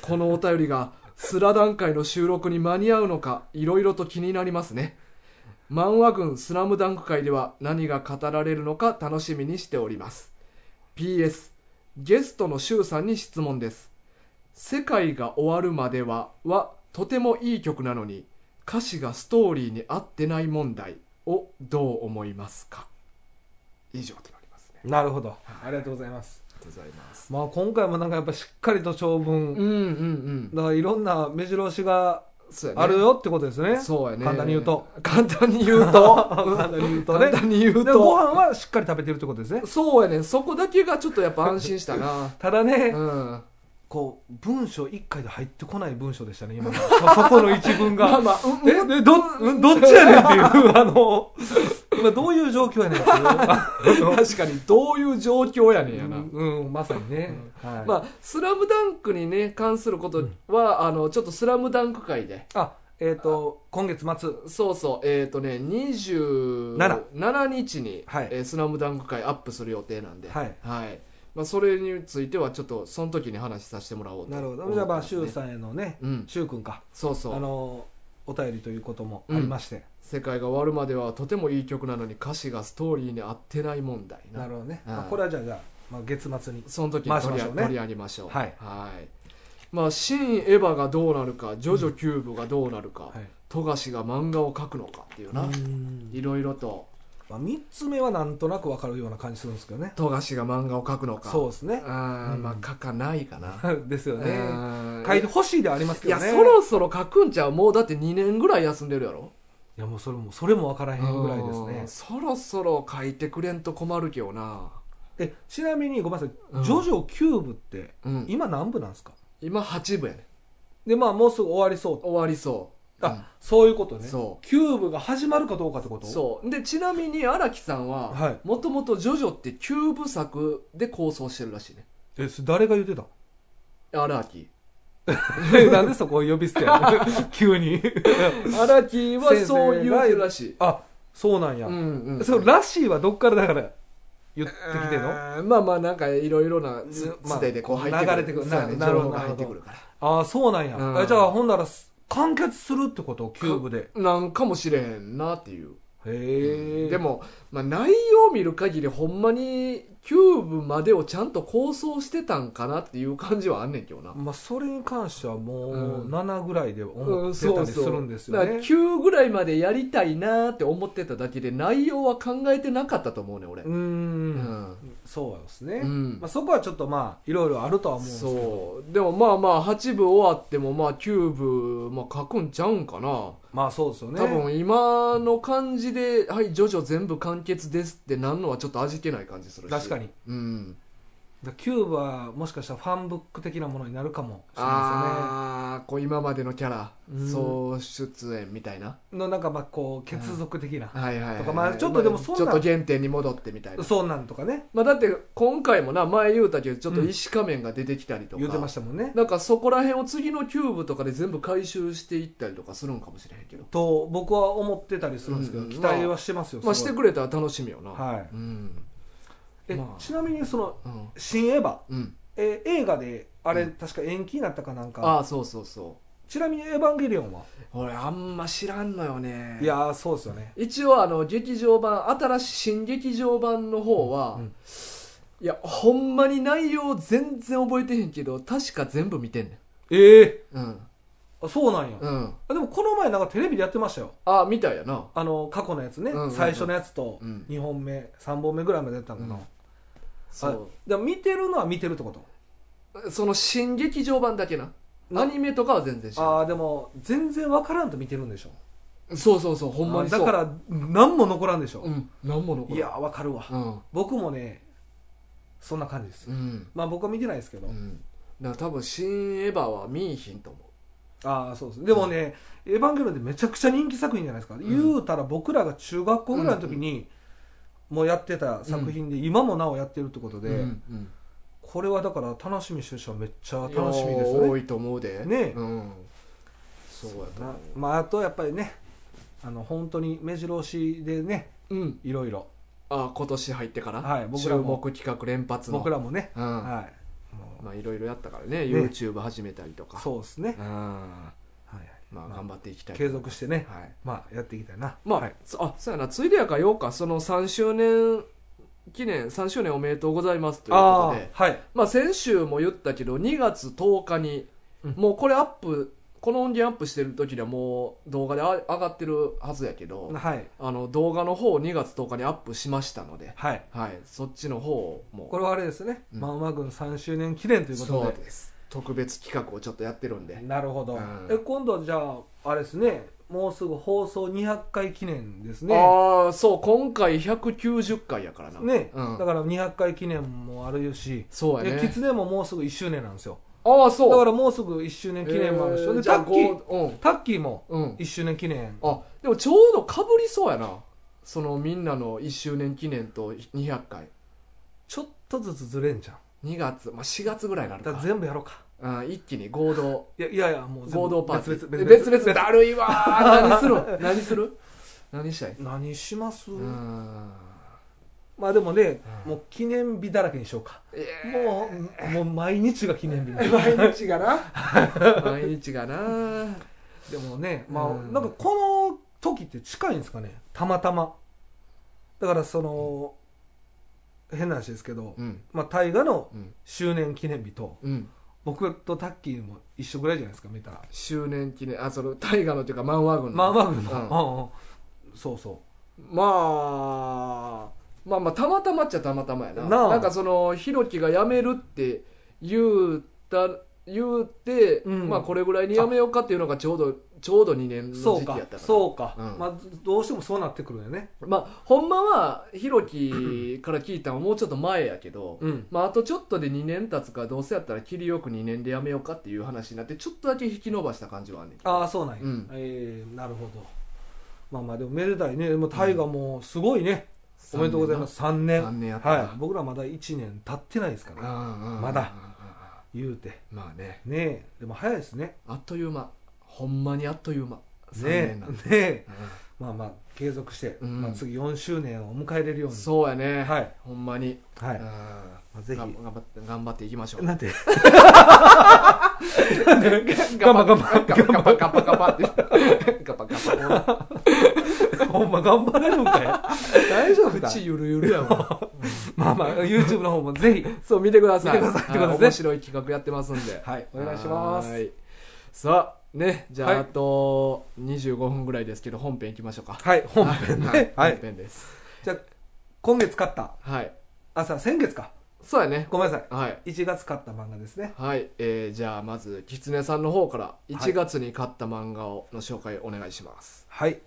このお便りがスラダン会の収録に間に合うのかいろいろと気になりますね漫画軍スラムダンク会では何が語られるのか楽しみにしております PS ゲストのシュウさんに質問です「世界が終わるまでは」はとてもいい曲なのに歌詞がストーリーに合ってない問題をどう思いますか以上となりますね
なるほど。ありがとうございます。
ありがとうございます
まあ今回もなんかやっぱしっかりと長
う
文。
んうんうん
だからいろんな目白押しが
そうやね
あるよってことですね。
そうやね
簡単に言うと。
簡単に言うと
簡単に言うとね
簡。単に 言う
でご
と
飯はしっかり食べてるってことですね。
そうやねそこだけがちょっとやっぱ安心した な
ただね、
うん
こう、文章一回で入ってこない文章でしたね、今の。そそこの一文 が。
まあうん
え、でど、どっちやねんって いう、あの、今どういう状況やねんっていうあの。
確かにどう いう状況やねんやな、
うん、うんまさにね。はい
まあ、スラムダンクにね、関することは、あの、ちょっとスラムダンク会で、
あ、えっ、と、今月末。
そうそう、えっ、とね、
七
27日に、
はい
えースラムダンク会アップする予定なんで、
はい
まあ、それについては、ちょっと、その時に話しさせてもらおうと
なる
思
ほ
ってますね、
ど。じゃあ、まあ、シュウさんへのね、
うん、
シュウくんか。
そう
あ
そう。
の、お便りということもありまして。
世界が終わるまでは、とてもいい曲なのに、歌詞がストーリーに合ってない問題な。
なるほどね。
うん
まあ、これはじゃあ、じゃあ、まあ、月末に。
その時に
回し
取
ま
り,、
しょうね
取り上げましょう。
はい
いまあ、新エヴァがどうなるか、ジョジョキューブがどうなるか、
はい。
富樫が漫画を描くのかっていうな、
うん
いろいろと
まあ、3つ目はなんとなく分かるような感じするんですけどね。
富樫が漫画を描くのか
そうですね。
あー
うん
まあ描かないかな
ですよ
う
ね。
ん
書いてほしいではあります
い
けど
や
ね。
そろそろ描くんちゃうもうだって2年ぐらい休んでるやろ
いやもうそれも、それも分からへんぐらいです
う
ね
ん。そろそろ描いてくれんと困るけどな
えちなみにごめんなさい、
うん
ジョジョキューブって
うん
今何部なんですか
今8部やね
でまあもうすぐ終わりそう
終わりそう
あ、そういうことね
そ
キューブが始まるかどうかってこ
う
と
んそうでちなみに荒木さん
は
はいもともとジョジョって9部作で構想してるらしいね
えそれ誰が 言ってた
荒木
えなんでそこを呼び捨てや の急に
荒木はそう言うてるらしい
あそうなんや、
うんうん
そうらしいはどっからだから言ってきてんの
あーまあまあなんかいろいろなつ
まあ
つてでこう入ってくる、
流れてくる
そうやね
ななる
情
ほ
報
ど
が入ってくるか
ああそうなんや、
うん
あじゃあほんならす完結するってことキューブで
らなんかもしれへんなっていう、
へえ
でも、まあ、内容を見る限りほんまにキューブまでをちゃんと構想してたんかなっていう感じはあんねんけどな、
まあそれに関してはも
う
うん7ぐらいで
う
思
ん
ってた
そう
りす
そう
るんですよ
だ
ね、
から9ぐらいまでやりたいなーって思ってただけで内容は考えてなかったと思うね俺
うーん
うん
そうですね、
うん
まあ、そこはちょっとまあいろいろあるとは思うんですけど
そうでもまあまあ8部終わってもまあ9部、まあ、書くんちゃうんかな
まあそうですよね
多分今の感じで「はいジョジョ全部完結です」ってなんのはちょっと味気ない感じするし
確かに
うん
だキューブはもしかしたらファンブック的なものになるかもしれま
ああーこう今までのキャラ
うん
総出演みたいな、
せんねのなんかまあこう血族的な、
はいはいはい
とかまあちょっとでもそんな
ちょっと原点に戻ってみたいな
そうなんとかね
まあだって今回もな前言うたけどちょっと石仮面が出てきたりとか、
言ってましたもんね
なんかそこら辺を次のキューブとかで全部回収していったりとかするんかもしれへんけど
と僕は思ってたりするんですけど、
うん
期待はしてますよ、
まあ
す
し
ご
て
い
くれたら楽しみよな
はい
うん
え、
まあ
ちなみにその
うん
新エヴァ
うん
エえー映画であれ、
うん
確か延期になったかなんか
ああそうそうそ
ちなみに「エヴァンゲリオンは」
う俺あんま知らんのよね
いやーそうですよね
一応あの劇場版新しい新劇場版の方は、
うん
いやほんまに内容全然覚えてへんけど確か全部見てんね
ええ
んうん
あそうなんや、
うん
あでもこの前なんかテレビでやってましたよ
あみたいやな
あの過去のやつね、
うんうんうん
最初のやつと
うん
2本目、3本目ぐらいまでやったのかな、
うん
あ
そ
でも見てるのは見てるってこと
うその新劇場版だけな
な
アニメとかは全然知ら
ああでも全然わからんと見てるんでしょ
んそうそうそうほんまに
あ
そう
だから何も残らんでしょ、
うん何も残
い
ら
やーわかるわ、
うん
僕もねそんな感じです、
うん
まあ僕は見てないですけど、
うんだから多分新エヴァは見いひんと思う
ああそうですでもね「エヴァンゲリオン」ってめちゃくちゃ人気作品じゃないですか、言うたら僕らが中学校ぐらいの時にもうやってた作品で、今もなおやってるってことで、
うんうん
これはだから楽しみにしてる人はめっちゃ
いや
楽しみです
多
ね
いと思うで
ね
うんそうやな
なまああとやっぱりねあの本当に目白押しでね
うん
いろいろ
あ今年入ってから、
はい僕
注
らも
目企画連発の
僕らもね、
うん
はいもう
まあいろいろやったからね YouTube 始めたりとか
そうですね
う、んま
はいはい
あ頑張っていきたい
継続してね、
はい
まあやっていきたいな
まあ、
はい
そあそうやなついでやからようかその3周年記念3周年おめでとうございますということ
あ
で
ーはい
まあ先週も言ったけど2月10日に、
うん
もうこれアップこの音源アップしてる時にはもう動画であ上がってるはずやけど
はい
あの動画の方を2月10日にアップしましたので、
はい
はい、そっちの方も
これはあれですね、
うん
マンマ軍3周年記念ということ
そう
で
です特別企画をちょっとやってるんで
なるほど、
うん
え今度はじゃああれですねもうすぐ放送200回記念ですね
ああそう今回190回やからな
ね、
うん
だから200回記念もあるし
そうや
で
ね
キツネももうすぐ1周年なんですよ
ああそう
だからもうすぐ1周年記念もあるし、
えー
で
じゃ
タ
あ
ッキー
こ
タッキーも
ううん、うん、
1周年記念
あでもちょうどかぶりそうやなそのみんなの1周年記念と200回
ちょっとずつずれんじゃん
2月、まあ、4月ぐらいになる
だ
か
から全部やろうか
うん一気に合同
いやいやいやもう全部
合同パーティー
別々
別
別
々
々
だるいわー何するん何する何 したい
何します、
うん
まあでもね、
うん
もう記念日だらけにしようか、
え
もうもう毎日が記念日
ー 毎日がな毎日がな
でもね、まあ
うん
なんかこの時って近いんですかねたまたまだからその、変な話ですけど、
うん
まあ、大河の
うん
周年記念日と
うん
僕とタッキーも一緒ぐらいじゃないですか見たら
周年記念あその大河のというか漫画軍の
まあまあ軍
うん
の、うんうんそうそ
まあまあまあたまたまっちゃたまたまやな
なあ
なんかそのひろきが辞めるって言うた言うて、
うん
まあこれぐらいに辞めようかっていうのがちょうどちょうど2年の
う
時
そう
期やっ
か
たから
そうか、
うん
まあ、どうしてもそうなってくるよね
まあほんまはひろきから聞いたのはもうちょっと前やけど、
うん
まあ、あとちょっとで2年経つからどうせやったら切りよく2年で辞めようかっていう話になってちょっとだけ引き延ばした感じはあんねんけど
ああそうなんや、
うん
えーなるほどまあまあでもめでたいねもう大河もすごいね、おめでとうございます3年
三年やったな
はい、僕らまだ1年経ってないですから、ね、ま
ま
だ言うて
まあね
ねえでも早いですね
あっという間ほんまにあっという間3
ねえ
年なんて、
ねえまあまあ継続して、
うん
まあ、次4周年を迎えれるように
そうやね、
はい
ほんまに、
はい、
うん
まあ、ぜ
がん
ひ
頑張って頑張っていきましょう
な んて
頑
張頑張
ガパガパガパガ パってガパガパ
ほんま頑張れるんかい大丈夫だ
口ゆるゆるやわ
まあまあ YouTube の方もぜひ
そう見てください
見てください
はい
ってこと
面
です
白い企画やってますんで
はいお願いします
はいさあねじゃあ、
はい
あと25分ぐらいですけど本編いきましょうか
はい本編ねは
はい
い、
本編です
じゃあ今月買った
はい
あさ先月か
そうやね
ごめんなさ
はい
い1月買った漫画ですね
はい、えーじゃあまず狐さんの方から1月に買った漫画をの紹介お願いします、
はい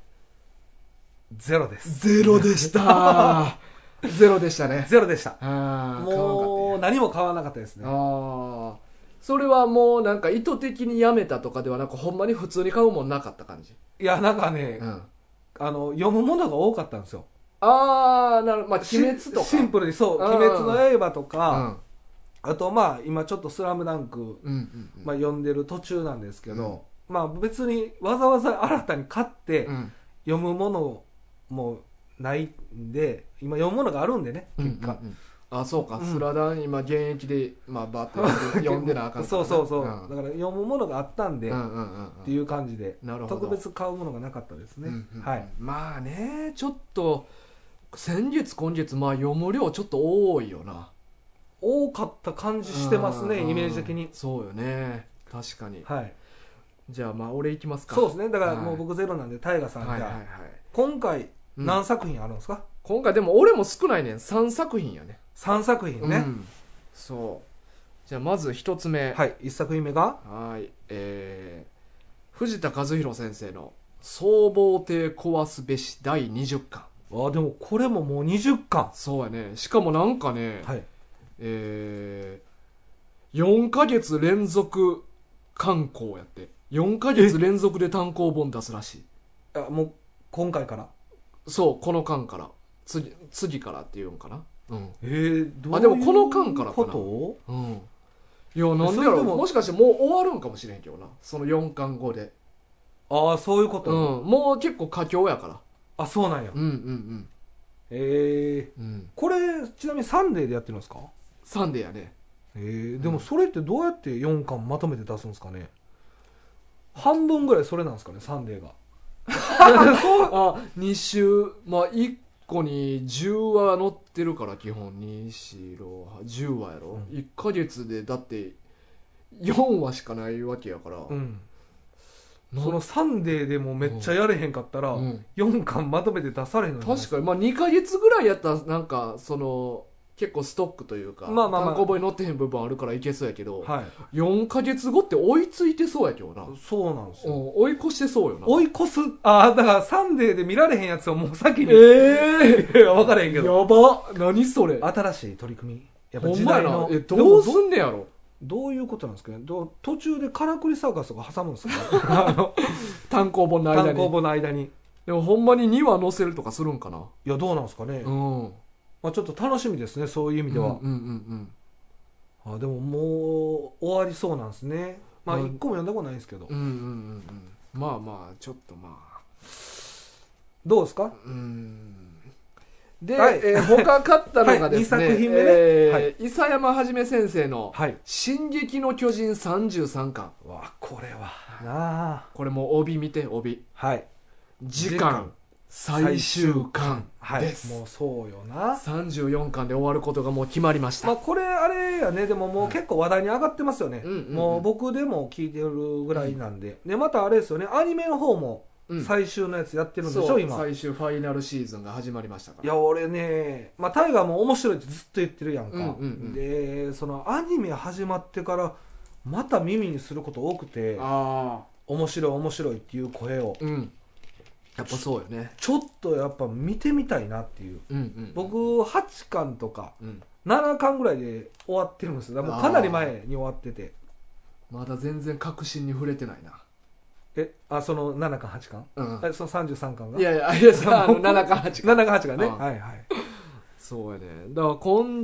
ゼロです
ゼロでした ゼロでしたね
ゼロでした
ああ買わんか
もう何も買わなかったです
った
ね
んやああそれはもうなんか意図的にやめたとかではなくほんまに普通に買うもんなかった感じ、
いやなんかね、
うん、あ
あの読むものが多かったんですよ
あなるまあ
し
鬼滅とか
シンプルにそう「
うん
鬼滅の刃」と
う
か、
ん
あとまあ今ちょっと「スラムダンク
うんうんうん
まあ読んでる途中なんですけど、まあ別にわざわざ新たに買って
うん
読むものもないんで今読むものがあるんでね結果、
うんうんうんあそうか、
うん
スラダン今現役で、まあ、バッ て読んでなあかんから
そ
な
うそうそう、
ん
だから読むものがあったんで、
うん
っ
うんうんうん
ていう感じで
なるほど
特別買うものがなかったですね、
うんうんうん
はい、
まあねちょっと先月今月まあ読む量ちょっと多いよな
多かった感じしてますね
うん
イメージ的に
そうよね確かに
はい
じゃあまあ俺行きますか
そうですねだから
はい
もう僕ゼロなんで大我さんじゃ
は
あ、
いはいはい
今回
うん
何作品あるんですか、
今回でも俺も少ないねん3作品やね
3作品ね、
うんそうじゃあまず一つ目
はい1作品目が
はいえー藤田和弘先生の「総合帝壊すべし第20巻
あでもこれももう20巻」
そうやねしかもなんかね、
はい
えー、4ヶ月連続刊行やって4ヶ月連続で単行本出すらしい
あもう今回から
そうこの巻から次次からっていうんかなうん、
えー、どう
あでもこの間からかな
こ
う
と
ん、いやなんでや
それ
ろ
で
も
も
もしかしてもう終わるんかもしれんけどなその4巻後で、
ああそういうこ
う
と、
ん、もう結構佳境やから
あそうなんや、
うんうん
えー、
うんうん
これちなみにサンデーでやってるんですか
サンデーやね
えー、でもそれってどうやって4巻まとめて出すんですかね半分ぐらいそれなんですかねサンデーがそう
あ2週まあ1個に10話載ってるから基本にしろ10話やろ、
う
1ヶ月でだって4話しかないわけやから、
うん
な
そのサンデーでもめっちゃやれへんかったら、
うん
4巻まとめて出されへんの
確
か
かにまあ2ヶ月ぐらいやったらなんかその結構ストックというか
まあまあまあ
単行本に載ってへん部分あるからいけそうやけど、
はい
4ヶ月後って追いついてそうやけどな、
そうなんです
う
よ
ん追い越してそうよな
追い越すああだからサンデーで見られへんやつをもう先に、
え
いや分からへん
え
け
ー、
ど
やば何それ
新しい取り組みやっぱ
ほん
時
まや
代
な
の
えど
ど
う
う
す
す
んねやろ
どういうことなんですかねどう途中でからくりサーカスとか挟むんですか あの
単行本の間
単
に
行本の間に
でもほんまに2話載せるとかするんかない
やどうなんですかね、
うん
まあ、ちょっと楽しみですねそういう意味で
う
は、
んうんうん
あでももう終わりそうなんですねまあ
うん
一個も読んだことないんですけど、
うんうんうんうんうんまあまあちょっとま
どうですか
あうんで、
はい
えー他買ったのがですね、
はい二作品目ね
えー
は
伊佐山はじめ先生の
はい
「進撃の巨人33巻
わあこれはなあ」
これもう帯見て帯
はい
時
時
間
間
最終巻
はい
です、
もうそうよな
34巻で終わることがもう決まりました、
まあこれあれやねでももう結構話題に上がってますよね、
うんうんうん
もう僕でも聞いてるぐらいなんで、でまたあれですよねアニメの方も
うん
最終のやつやってるんでし
そ
ょ、
う
今
最終ファイナルシーズンが始まりましたか
い
ら
や俺ね、まあ、タイガーも面白いってずっと言ってるやんか、
うんうんうん
でそのアニメ始まってからまた耳にすること多くて
ああ
面白い面白いっていう声を
うんやっぱそうよね
ちょっとやっぱ見てみたいなっていう
うんうん
僕8巻とか
うん、
7巻ぐらいで終わってるんですよだからもうかなり前に終わってて
まだ全然確信に触れてないな
えあその7巻8巻、
うん
えその33巻が
いやいやいやさあの7か8か
7巻8巻ね、
うん
はいはい
そうやねだから今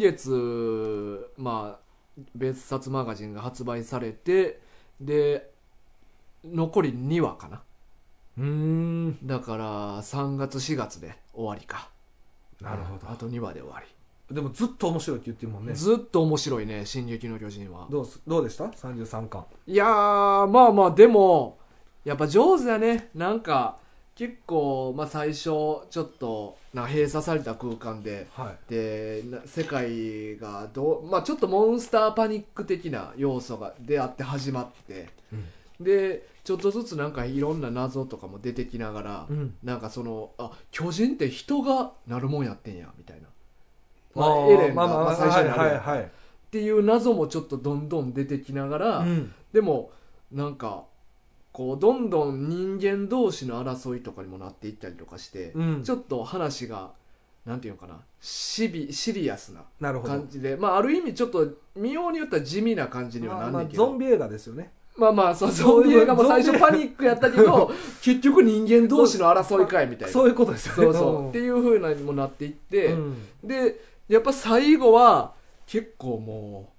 月まあ別冊マガジンが発売されてで残り2話かな
うーん
だから3月4月で終わりか
なるほ
あと2話で終わり、
どでもずっと面白いって言ってるもんね
ずっと面白いね「進撃の巨人は」
どうすどうでした33巻
いやーまあまあでもやっぱ上手だねなんか結構、まあ、最初ちょっとな閉鎖された空間で
はい
でな世界がどう、まあ、ちょっとモンスターパニック的な要素がであって始まって、でちょっとずつなんかいろんな謎とかも出てきながら、
うん
なんかそのあ巨人って人がなるもんやってんやみたいな、ま
あ
あ、
ー
エレンが、
まあまあ
まあ最初にあるやん、
はいはいはい
っていう謎もちょっとどんどん出てきながら、
うん
でもなんかこうどんどん人間同士の争いとかにもなっていったりとかして、
うん
ちょっと話がなんていうのかなシビシリアスな
なるほど
感じで、まあ、ある意味ちょっと見ようによっては地味な感じには
ま
な
あ
ん
ま
ね
あ
んけ
ゾ
ど、
ンビ映画ですよね
まあ、まあそうゾンビ映画も
ゾン
最
ビ
初パニックやったけ ど結局人間同士の争いかいみたいな
そういうことですよね
そうそうっていうふうなにもなっていって、
うん
でやっぱ最後は結構も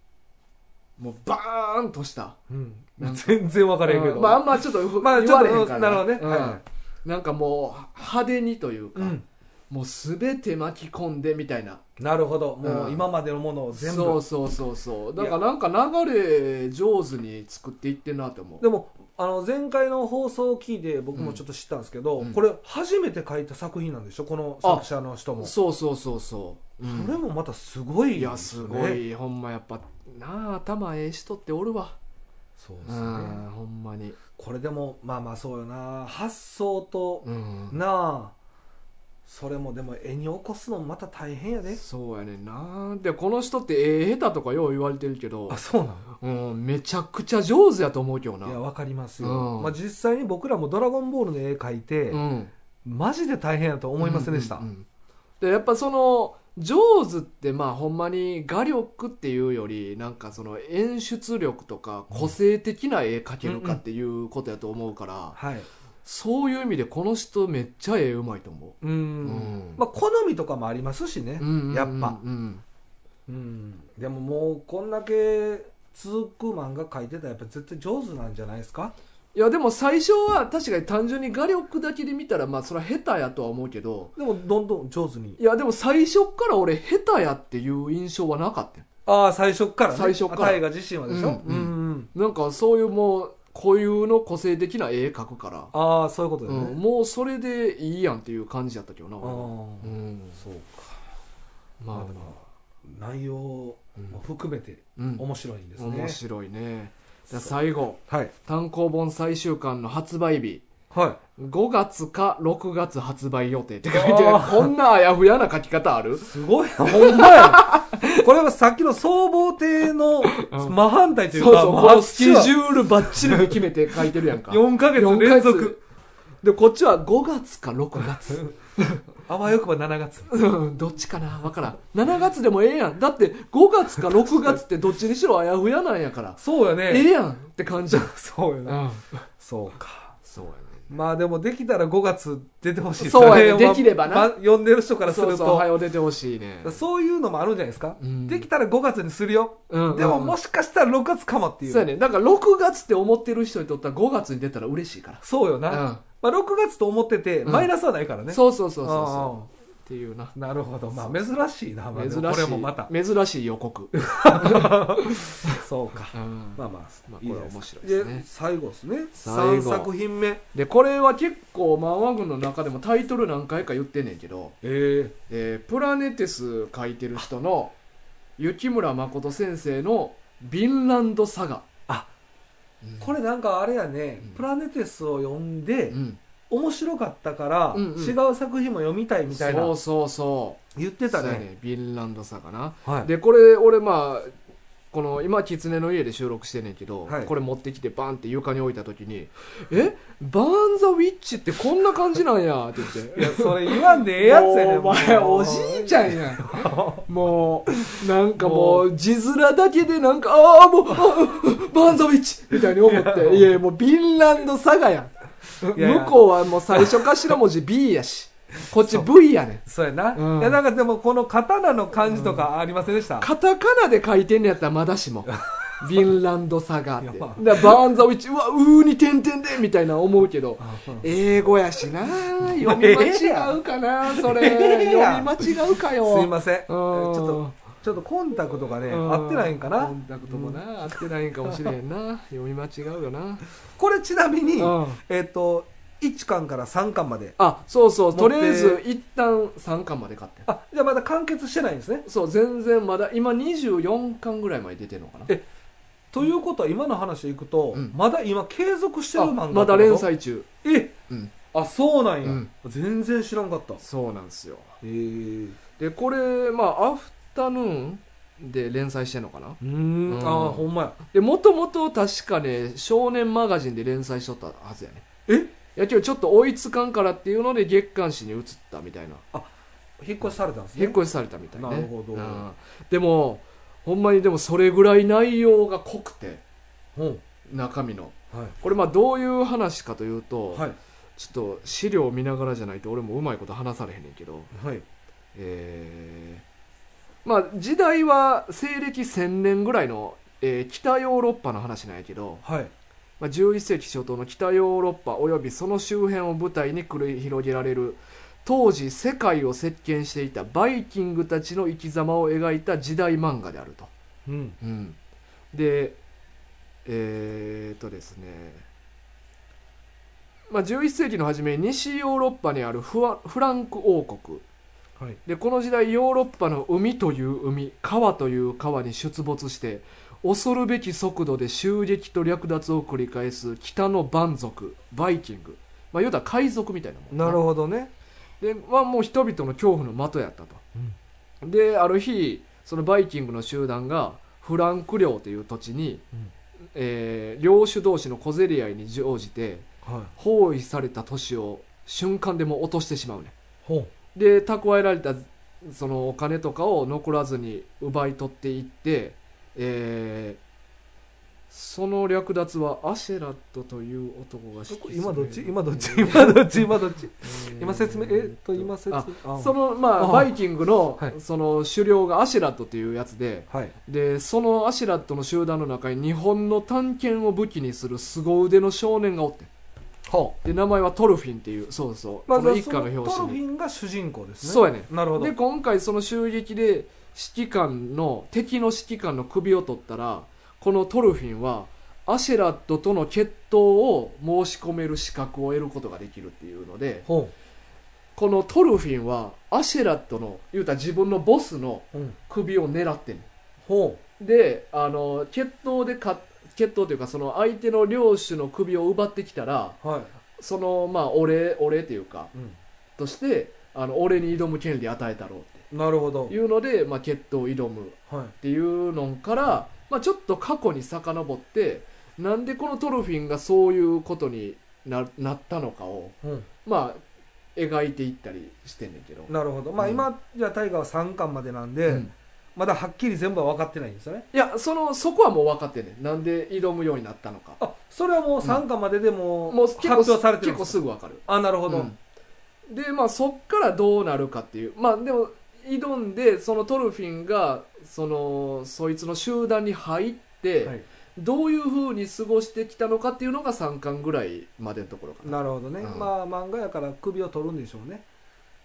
うもうバーンとした
うん
なんか
全然分からへんけ
う
ど
んまああんまちょっと、
まあ
言われへん
ち
か
ょ
ら
っとなるほどね
うん
は
なんかもう派手にというか、
うん
もう全て巻き込んでみたいな
なるほど
う
もうん今までのものを全部、
そうそうそうそうだ
い
か
や
らなんか流れ上手に作っていってんなって思う
でもあの前回の放送を聞いて僕もちょっと知ったんですけど、
うん
これ初めて書いた作品なんでしょこの
あ
作者の人もそ
そうそうそうそう、うん
れもまたすごい
いや
ですすね
ごいほんまやっぱなあ頭ええ人っておるわ
そう
う
ですね、
んほんまに
これでもまあまあそうよな発想と、
うん
なあそれもでも絵に起こすのもまた大変やで
そうやねんなでこの人ってええ下手とかよう言われてるけど
あ、そうな
うん、めちゃくちゃ上手やと思うけどな
のいやわかりますよ、
うん
まあ、実際に僕らも「ドラゴンボール」の絵描いて、
うん
マジで大変やと思いませんでした、
うううんでやっぱその上手ってまあほんまに画力っていうよりなんかその演出力とか個性的な絵描けるかっていうことやと思うから、
はい
そういう意味でこの人めっちゃ絵うまいと思
うん、
う、
まあ好みとかもありますしね、
うん
やっぱ
うんうん
うん、でももうこんだけ続く漫画描いてたらやっぱ絶対上手なんじゃないですか
いやでも最初は確かに単純に画力だけで見たらまあそれは下手やとは思うけど
でもどんどん上手に
いやでも最初っから俺下手やっていう印象はなかったよ
ああ最初っから、ね、
最初から
大河自身はでしょ、
うんうん
ん
なんかそういうもう固有の個性的な絵描くから
ああそういうことだよ
うん、
ね、
もうそれでいいやんっていう感じやったけどな
あ
俺は
あ
うん
そうか
まあで
で
も
も内容も含めて
うん
面白いんですね、
面白いねじゃあ最後
はい
単行本最終巻の発売日
はい
5月か6月発売予定って書いて
あ
ある
ー
こんなあやふやな書き方ある
すごいな ほんまやこれはさっきの総合亭の真反対という
そう
か、
そう
も
このスケジ
ュ
ュールばっちり決めて書いてるやんか
4ヶ月連続
でこっちは5月か6月
あわよくば7月
うんどっちかなわからん7月でもええやんだって5月か6月ってどっちにしろあやふやなんやから
そうや
え
ね
えやんって感 じやん
そうやね
うん
そうか
そうやね
まあでもできたら5月出てほしい
そうやね
まあ
できればな
まあ呼んでる人からする
そう
と
そう早う出てほしいね
そういうのもあるんじゃないですか、
うん
できたら5月にするよ、
うん
でも
うん
もしかしたら6月かもっていう
そうやねだから6月って思ってる人にとっては5月に出たら嬉しいから
そうよな、
うん
まあ、6月と思ってて
うん
マイナスはないからね、
そうそうそうそう
あ
そ
あ
うっていうな
なるほどまあ珍しいな、まあ、
珍しい
これもま た
珍しい予告
そうか
うん
まあまあ
まあ
いいじゃな
こ
い
れ面
す
白
か
いですね
最後ですね
最
三
後
作品目
でこれは結構漫画群の中でもタイトル何回か言ってんねんけど
え
えープラネテス書いてる人の雪村誠先生の「ヴィンランドサガ」
あ
うん
これなんかあれやね、
うん
プラネテスを読んで、
うん
面白かったから、
うんうん
違う作品も読みたいみたいな
そうそうそう
言ってた
そうや
ね
ヴィンランドサガな
はい
でこれ俺まあこの今狐の家で収録してんねんけど、
はい
これ持ってきてバンって床に置いた時に「えバーン・ザ・ウィッチってこんな感じなんや」って言っ
い
て。
やそれ言わんでええやつやね
もうお前
もう
おじいちゃんやん もうなんかもう字面だけでなんかああもうああバーンザウィッチみたいに 思っていやいやもうヴィンランドサガやん
いやいや
向こうはもう最初頭文字 B やしこっち V やねん
そうやな、
うん
いやなんかでもこの刀の感じとかありませんでした、
カタカナで書いてんのやったらまだし もヴィンランドサガってだ
いや
か
ま
らバーンザウィッチうわうーに点々でみたいな思うけど
あそう
英語やし な読み間違うかなそれ読み間違うかよ
すいません、ち
うん
ょっとちょっとコンタクトがね、
うん
合ってないんかな、
コンタクトもな合ってないんかもしれん な読み間違うよな
これちなみに、
うん
えっ、と1巻から3巻まで
あそうそう
持
と
って
りあえず一旦3巻まで買ってん
あじゃあまだ完結してないんですね
そう全然まだ今24巻ぐらいまで出てるのかな
えということは今の話でいくと、
うん
まだ今継続してる漫画
あ
ってこと
まだ連載中
え
うん
あそうなんや、
うん
全然知らんかったへ
そうなんですよ
えー、
でこれまあアフタヌーンで連載してんのかな
う
う
ん
ん
ああほんまや
でもともと確かね少年マガジンで連載しとったはずやね
え
いやけどちょっと追いつかんからっていうので月刊誌に移ったみたいな
引っ越しされたんですね
引っ越しされたみたいね
なるほど
うんでもほんまにでもそれぐらい内容が濃くて
うん
中身の
はい
これまあどういう話かというと、
はい
ちょっと資料を見ながらじゃないと俺もうまいこと話されへんねんけど
はい
えーまあ時代は西暦1000年ぐらいの、えー北ヨーロッパの話なんやけど、
はい
まあ、11世紀初頭の北ヨーロッパおよびその周辺を舞台に繰り広げられる当時世界を席巻していたバイキングたちの生き様を描いた時代漫画であると、
うん
うん、でえー、っとですね、まあ、11世紀の初め西ヨーロッパにあるフワフランク王国
はい
でこの時代ヨーロッパの海という海川という川に出没して恐るべき速度で襲撃と略奪を繰り返す北の蛮族バイキングまあ言うたら海賊みたいなもん
なるほどね
で、まあ、もう人々の恐怖の的やったと、である日そのバイキングの集団がフランク領という土地に、
うん
えー領主同士の小競り合いに乗じて
はい
包囲された都市を瞬間でもう落としてしまうね
ほう
で蓄えられたそのお金とかを残らずに奪い取っていって、えーその略奪はアシェラットという男が指揮する
今どっち今どっち 今どっち今どっち
えー
今説明えっと今説明
あそのまあ
あ
バイキングの
はい
その狩猟がアシュラットっていうやつで
はい
でそのアシュラットの集団の中に日本の探検を武器にする凄腕の少年がおって
ほ
で名前はトルフィンっていうそうそう、
まず
この
は
一
その
家
ト
の
ロ
表
フ
紙に
ィンが主人公ですね
そうやね
なるほど
で今回その襲撃で指揮官の敵の指揮官の首を取ったらこのトルフィンはアシェラットとの決闘を申し込める資格を得ることができるっていうので
ほ
このトルフィンはアシェラットの言うたら自分のボスの
ううん
首を狙ってんね
ほ
んであの決闘でか決闘というかその相手の領主の首を奪ってきたら
うはい
そのまあお礼お礼というかとしてあの俺に挑む権利与えたろうっ
なるほど
ていうので、まあ、決闘を挑むっ
はい
ていうのから、まあ、ちょっと過去に遡ってなんでこのトルフィンがそういうことにななったのかを
うん
まあ描いていったりしてんねんけど、
なるほどまあ
うん
今じゃあ大河は3巻までなん
う
で
ん
まだはっきり全部は分かってないんですよね
いやそのそこはもう分かってんねんなんで挑むようになったのか
あそれはもう3巻まででも
もう
う
結
発
構
表されて
結
るん
構
です
す
か
ぐわかる、
あなるほど
うんでまあそっからどうなるかっていうまあでも挑んでそのトルフィンがそのそいつの集団に入って、
はい
どういうふうに過ごしてきたのかっていうのが3巻ぐらいまでのところかな
なるほどね
うん
まあ漫画やから首を取るんでしょうね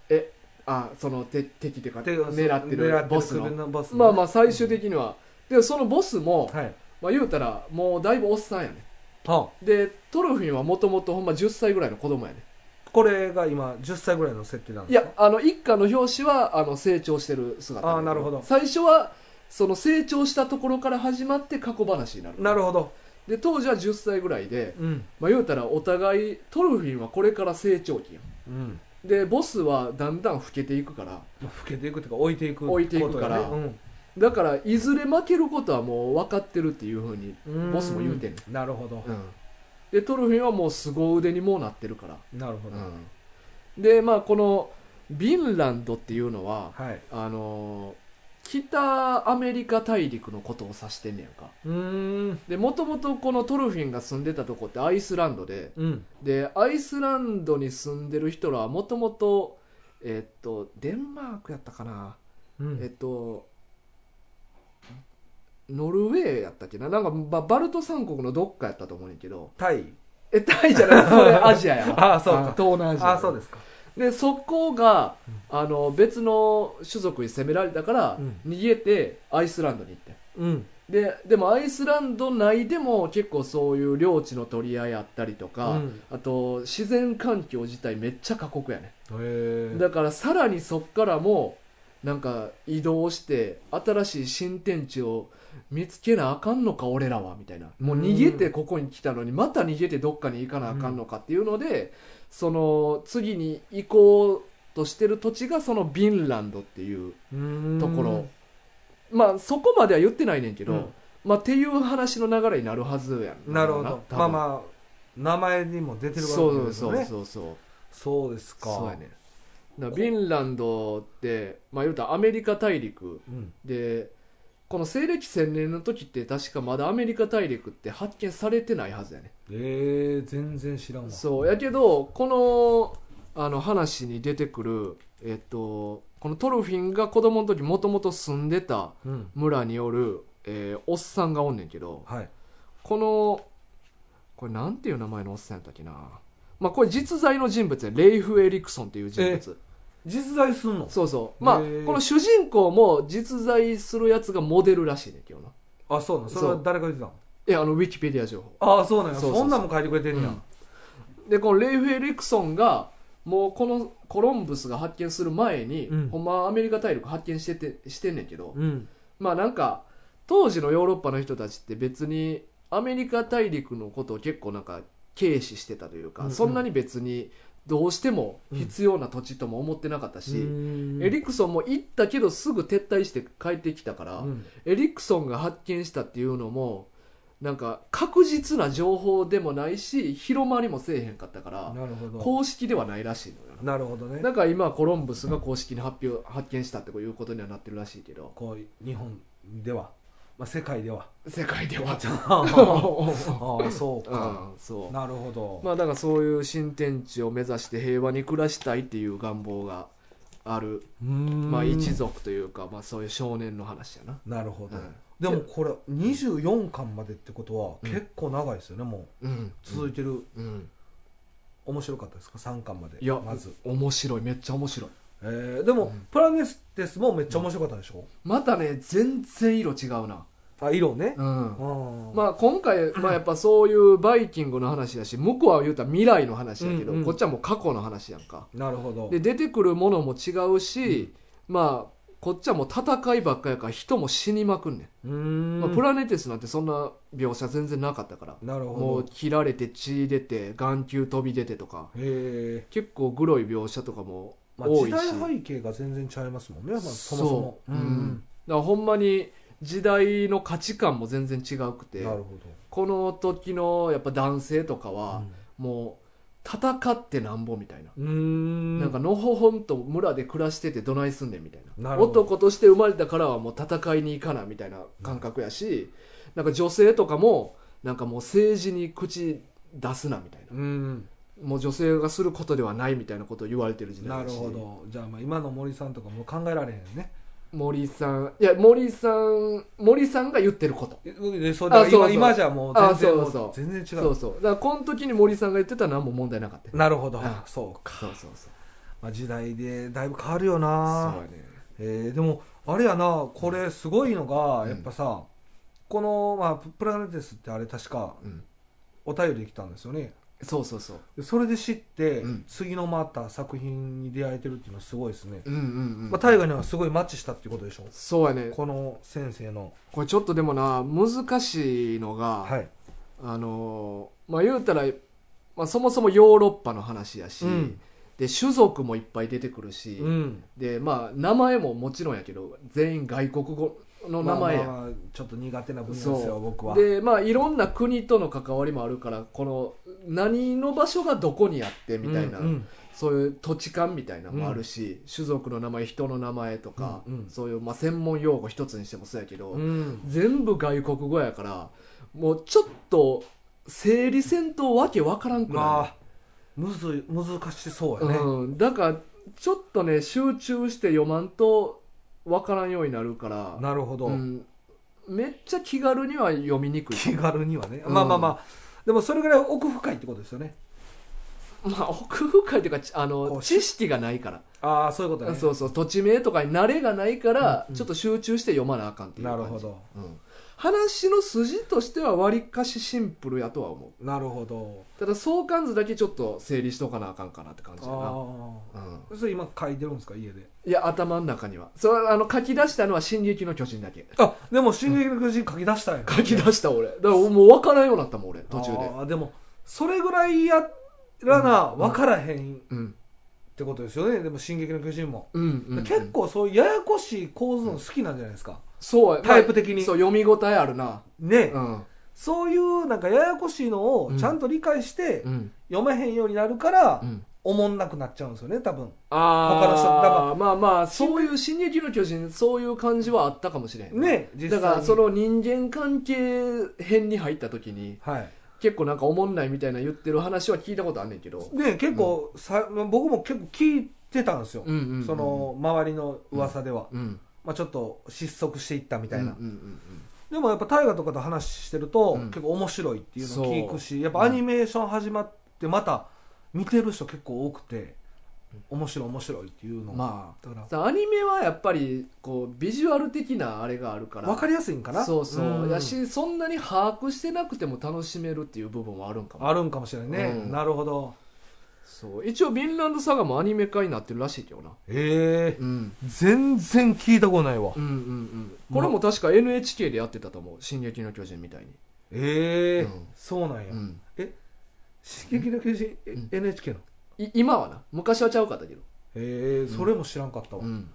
えあそのて敵っていうか
手を
狙って
狙
るボス
首
の
のボス
まあまあ
あ
最終的にはでそのボスも、
はい
まあ、言うたらもうだいぶおっさんやね
は
でトルフィンはもともとほんま10歳ぐらいの子供やね
あこれが今10歳ぐらいの設定なん
い
ですか
やあの一家の表紙はあの成長してる姿
あーなるほど
最初はその成長したところから始まって過去話になる
なるほど
で当時は10歳ぐらいで、
うん
まあ、言うたらお互いトルフィンはこれから成長期やん
うん
でボスはだんだん老けていくから
老けていくというか置いていく
置いていくから
ことやね
だからいずれ負けることはもう分かってるっていうふうに、
うん
ボスも言うてんね
なるほど
うん、でトルフィンはもう凄腕にもうなってるから、
なるほど
うん、でまあこのビンランドっていうのは
はい
あのー北アメリカ大陸のことを指してんねやんか
うーん
でもともとこのトルフィンが住んでたとこってアイスランドで
うん
でアイスランドに住んでる人らはもともとえっとデンマークやったかな、
うん
えっとノルウェーやったっけななんかババルト三国のどっかやったと思うねんけど
タイ
えタイじゃないそれ アジアやわ
あーそうか
ん東南アジア
あーそうですか
でそこが、あの別の種族に攻められたから、
うん
逃げてアイスランドに行って
うん
ででもアイスランド内でも結構そういう領地の取り合いあったりとか、
うん
あと自然環境自体めっちゃ過酷やね、
へえ
だからさらにそっからもなんか移動して新しい新天地を見つけなあかんのか俺らはみたいなもう逃げてここに来たのにまた逃げてどっかに行かなあかんのかっていうので、その次に行こうとしてる土地がそのビンランドっていうところまあそこまでは言ってないねんけど、
うん
まあっていう話の流れになるはずやん
なるほど
多分
まあまあ名前にも出てるわ
そ
け
う
です
そ
よ
う
ね
そうそう
そうですか
そうやねだからフィンランドってまあ言うたらアメリカ大陸
うん
でこの西暦1000年の時って確かまだアメリカ大陸って発見されてないはずやね
えー全然知らんわ
そうやけどこのあの話に出てくるえっとこのトルフィンが子供の時もともと住んでた
うん
村におる、えーおっさんがおんねんけど
はい
このこれなんていう名前のおっさんやったっけなまあこれ実在の人物やレイフ・エリクソンっていう人物
実在すんの
そうそうまあ
へ
こ
ー
の主人公も実在するやつがモデルらしいね今日の
あそうなんそれは
そう
誰が言ってたの
いやあのウィキペディア情報
ああそうなんや
そうそうそう
そんなんも書いてくれてんねや、
うんでこのレイフ・エリクソンがもうこのコロンブスが発見する前に、
うん
ほんまはアメリカ大陸発見しててしてんねんけど、
うん
まあなんか当時のヨーロッパの人たちって別にアメリカ大陸のことを結構なんか軽視してたというか、
うんうん
そんなに別にどうしても必要な土地とも思ってなかったし、エ
エ
リクソンも行ったけどすぐ撤退して帰ってきたから、エリクソンが発見したっていうのもなんか確実な情報でもないし広まりもせえへんかったから
なるほど
公式ではないらしいのよな
なるほどね
なんか今コロンブスが公式に発表発見したっていうことにはなってるらしいけど
こう日本では、まあ、世界では
世界では
あ あそうか、
うん、そう
なるほど、
まあだからそういう新天地を目指して平和に暮らしたいっていう願望がある、
うーん
まあ、一族というか、まあ、そういう少年の話やな
なるほど、
うん
でもこれ24巻までってことは結構長いですよね、もう
うん
続いてる、
うん
面白かったですか3巻まで
いや
まず、
面白いめっちゃ面白い
えーでも、プラネステスもめっちゃ面白かったでしょ、
またね全然色違うな
あ色ね、
うん
うん
まあ今 回、まあ、やっぱそういうバイキングの話やし向こうは言うたら未来の話やけど、
うんうん
こっちはもう過去の話やんか
なるほど
で出てくるものも違うし、まあこっちはもう戦いばっかやから人も死にまくんねん
うーん、
まあ、プラネテスなんてそんな描写全然なかったから
なる
も
ほ
う
ど
切られて血出て眼球飛び出てとか
へえ、
結構グロい描写とかも
まあ、
多い
時
し、
代背景が全然違いますもんね、まあ、そもそも
そう、うん、だからほんまに時代の価値観も全然違うくて
なるほ
この時のやっぱ男性とか
ど
はもう戦ってなんぼみたいな、
うんうーん
なんかのほほんと村で暮らしててどないすんねんみたいな
なるほど
男として生まれたからはもう戦いに行かなみたいな感覚やし、なんか女性とかもなんかもう政治に口出すなみたいな
うん
もう女性がすることではないみたいなことを言われてる時代
な
だ
る
し
ほどじゃあまあ今の森さんとかも考えられへんよね
森さんいや森さん森さんが言ってること
えでそ
あ
うだから
そうそ
今
う
今じゃもう全然
あ
も
そうそう
う全然違う
そうそうだからこの時に森さんが言ってたのはもう問題なかったよ
なるほど
あ
そうか、
そうそうそう
まあ、時代でだいぶ変わるよ
そう
な
やね
えーでもあれやなこれすごいのが
うん
やっぱさ、この、まあ、ププラネテスってあれ確か
うん
お便り来たんですよね
そうそうそう
でそれで知って、
うん
次のまた作品に出会えてるっていうのはすごいですね、
うんうんうん、
まあ、大河にはすごいマッチしたっていうことでしょ
そうやね
この先生の
これちょっとでもな難しいのが、
はい
あのーまあ言うたら、まあ、そもそもヨーロッパの話やし、
うん
で種族もいっぱい出てくるし、
うん
でまあ名前ももちろんやけど全員外国語の名前や、
まあまあちょっと苦手な分野です
そ
よ
う
僕は
でまあいろんな国との関わりもあるからこの何の場所がどこにあってみたいな、
うんうん
そういう土地勘みたいなのもあるし、種族の名前人の名前とか、
うんうん
そういう、まあ、専門用語一つにしてもそうやけど、
うん
全部外国語やからもうちょっと整理戦とわけわからんくな
まあむずい難しそう
る、
やね、
うん、だからちょっとね集中して読まんとわからんようになるから
なるほど、
うん、めっちゃ気軽には読みにくい
気軽にはね、
うん
まあまあまあでもそれぐらい奥深いってことですよね
まあ奥深いというかちあ
こ
の
う
知識がないから
ああそういうことね
そうそう土地名とかに慣れがないから、
うんうん
ちょっと集中して読まなあかんっていう
な
感じ
るほ、ど
うん話の筋としてはわりかしシンプルやとは思う
なるほど
ただ相関図だけちょっと整理しとかなあかんかなって感じだな、
あ
うん、
あそれ今書いてるんですか家で
いや頭の中にはそれあの書き出したのは「進撃の巨人」だけ
あでも「進撃の巨人」書き出したんや
書き出した俺だからもう分からんようになったもん俺途中で
あーでもそれぐらいやらな分からへんっ
うん
てことですよねでも「進撃の巨人も」
うん、うん、
結構そういうややこしい構図の好きなんじゃないですか、
そうや
タイプ的に
まあそう読み応えあるな
ね、
うん
そういうなんかややこしいのをちゃんと理解して
うん
読めへんようになるから、
うん
おもんなくなっちゃうんですよね多分
あ
他の人だか
あまあまあそういう「進撃の巨人」そういう感じはあったかもしれん
ね実際
だ
に
からその人間関係編に入った時に
はい
結構なんかおもんないみたいな言ってる話は聞いたことあんねんけど
ね結構さ、僕も結構聞いてたんですよ、
うんうんうん
その周りの噂では、
うん
まあ、ちょっと失速していったみ
み
たい
う
な、
んうんうん
でもやっぱ大河とかと話してると、
うん
結構面白いっていうのを聞くしやっぱアニメーション始まってまた見てる人結構多くて、面白い面白いっていうの
ま
あだか
さアニメはやっぱりこうビジュアル的なあれがあるからら
分かりやすいんかな
そうそう、
ん
やしそんなに把握してなくても楽しめるっていう部分はあるんかも
あるんかもしれないね、
うん
なるほど
そう一応「ヴィンランドサガ」もアニメ化になってるらしいけどな、
ええ
うん、
全然聞いたことないわ、
うんうんうんこれも確か NHK でやってたと思う「進撃の巨人」みたいに、
ええ
うん
そうなんや、
うん、
え進撃の巨人、え
うん
NHK の
い今はな昔はちゃうかったけど、
ええそれも知らんかったわ、
ん、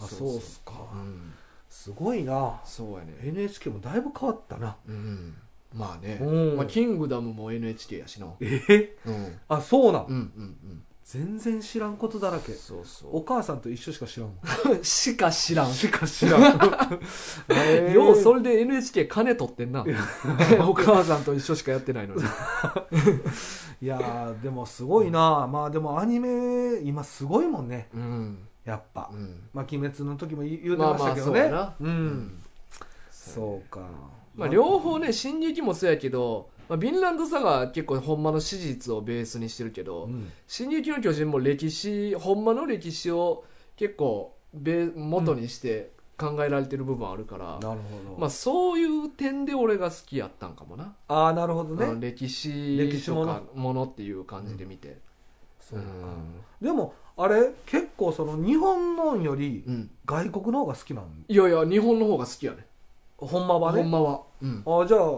あそうっすか、
うん、
すごいな
そうやね
NHK もだいぶ変わったな
うんまあね、
うん
まあ、キングダムも NHK やしな
ええ
うん
あそうなん、
うんうん
全然知らんことだら
う
け
んそう
お
そ
母さんと一緒しか 知らんもん
うしか知らん
し か知らんええ
ようそれで NHK 金取ってんな お母さんと一緒しかやってないのに
いやーでもすごいな、まあでもアニメ今すごいもんね
うん
やっぱ、
うん
まあ鬼滅の時も言言うて
まあ
まし
ま
た
あ
けど
そう
ね、
やな
う
うん
そうか、
まあ両方ね進撃もそうやけどまあ、ヴィンランドサガは結構ほんまの史実をベースにしてるけど、
うん
進撃の巨人も歴史ほんまの歴史を結構べ元にして考えられてる部分あるから、
なるほど、
まあ、そういう点で俺が好きやったんかもな、
ああなるほどね、
うん歴史
歴史
と
も
か
の
ものっていう感じで見て
そう
う
か
ん
でもあれ結構その日本のより
うん
外国の方が好きなん
いやいや日本の方が好きやね
ほんまは
ほ
ね
んまは、うん
ああじゃあ、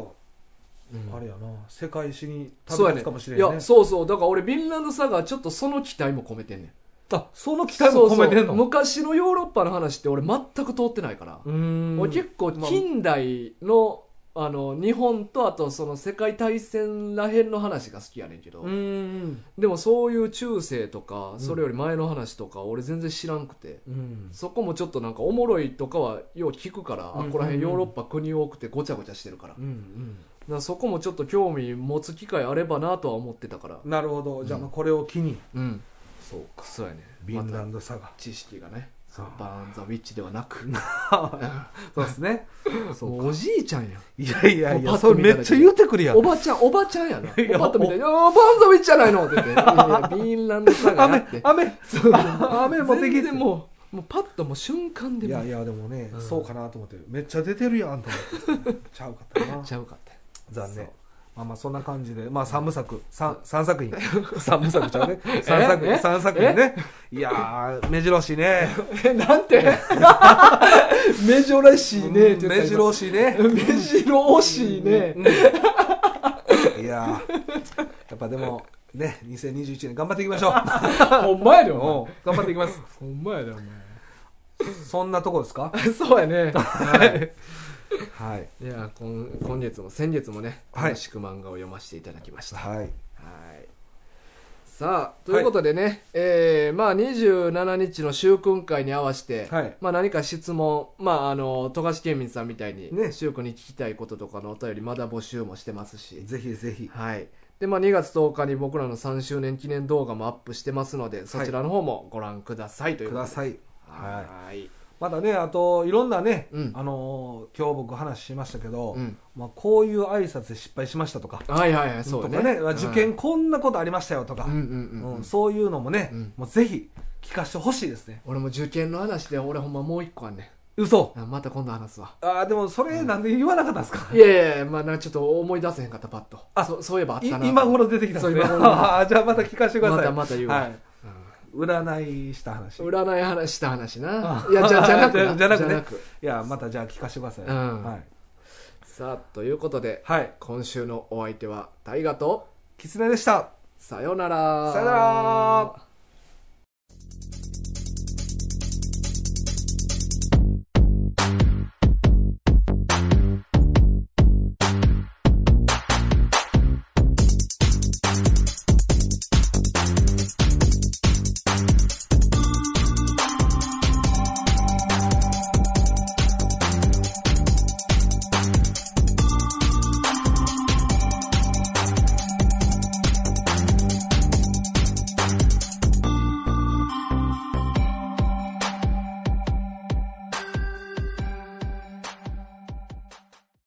うん
あれやな世界史に
そうや
旅立
ね
つかもしれ
い
ないね
やそうそうだから俺ヴィンランドサガはちょっとその期待も込めてんねん
あその期待も込めてん
そ
の
うそう昔のヨーロッパの話って俺全く通ってないから、
うーん
俺結構近代の,、あの日本とあとその世界大戦らへんの話が好きやねんけど、
うーん
でもそういう中世とかそれより前の話とか俺全然知らんくて、
うん
そこもちょっとなんかおもろいとかはよう聞くから、
うん
あこら辺ヨーロッパ国多くてごちゃごちゃしてるから,、
うんうん
そこもちょっと興味持つ機会あればなとは思ってたから
なるほどじゃあまあこれを機に
うん
そうか
そうやね
ヴィンラ
また
ンドサガ
知識がね
そう
バーン・ザ・ウィッチではな く
そうですねそう
もうおじいちゃんやん
いやいやい
も
や
うパッ
そ
と
れ
見ただ
め
けで
っちゃ言うてくるやん
おばちゃん、おばちゃんやな。
いや
パッと見たら、いやー、バンザウィッチじゃないのって言って、いやいや、 ヴィンランドサガや
雨
って。
雨
そう
雨もでき
全然もう、もうパッともう瞬間で
い
も
や
う
いやでもね、
うん
そうかなと思ってめっちゃ出てるやんと思って ちゃうかったな
ちゃうかったよ
残
そう
念まあまあそんな感じでまあ三部作三三作品 三部作ちゃうね三作
え
品三作品ねいやー目白押しね
え、なんて 目白らしいねって言った
目白押しね
今目白惜しいね。
いやーやっぱでもね2021年頑張っていきましょう
ほんまやで、
うん
お
頑張っていきます
前。ほんまやで、お
そんなとこですか
前。 そうやね。
はいはい
いや、今今月も先月もね、
はい
楽しく漫画を読ませていただきました。
はい
はい。さあ、ということでね、えーまあ27日の習訓会に合わせて、
はい
まあ何か質問、まああの、富樫県民さんみたいに、
ね
習君に聞きたいこととかのお便りまだ募集もしてますし、
ぜひぜひ
はい。で、まあ2月10日に僕らの3周年記念動画もアップしてますので、そちらの方もご覧くださいという
く
こと
だ
で。
さい
は。
はいまだねあといろんなね、
うん
あのー今日僕話しましたけど、
うん
まあ、こういう挨拶失敗しましたとか
はいはいはい、そう
と
ね。
かね、まあ受験こんなことありましたよとか、
うん、うんうんうん、
うんそういうのもね、
うん
もうぜひ聞かせてほしいですね
俺も受験の話で、俺ほんまもう一個あんね
嘘
ん。また今度話すわ。
あーでもそれなんで言わなかったんですか、
いやいやいや、まあ、なんかちょっと思い出せへんかった、パッと。あ
あ
そそういえばあっ
い
たな。
今頃出てきたんですね
そう今頃
あーじゃあまた聞かせてください
またまた言うわ
はい、占いした話
うん占い話した話な
あ。
いや、じゃじゃなくな
じゃなくね
じゃなく。
いやまたじゃあ聞かせてください、
うん
はい、
さあ、ということで、
はい、
今週のお相手は、大河と、
キツネでした
さよなら。
さよなら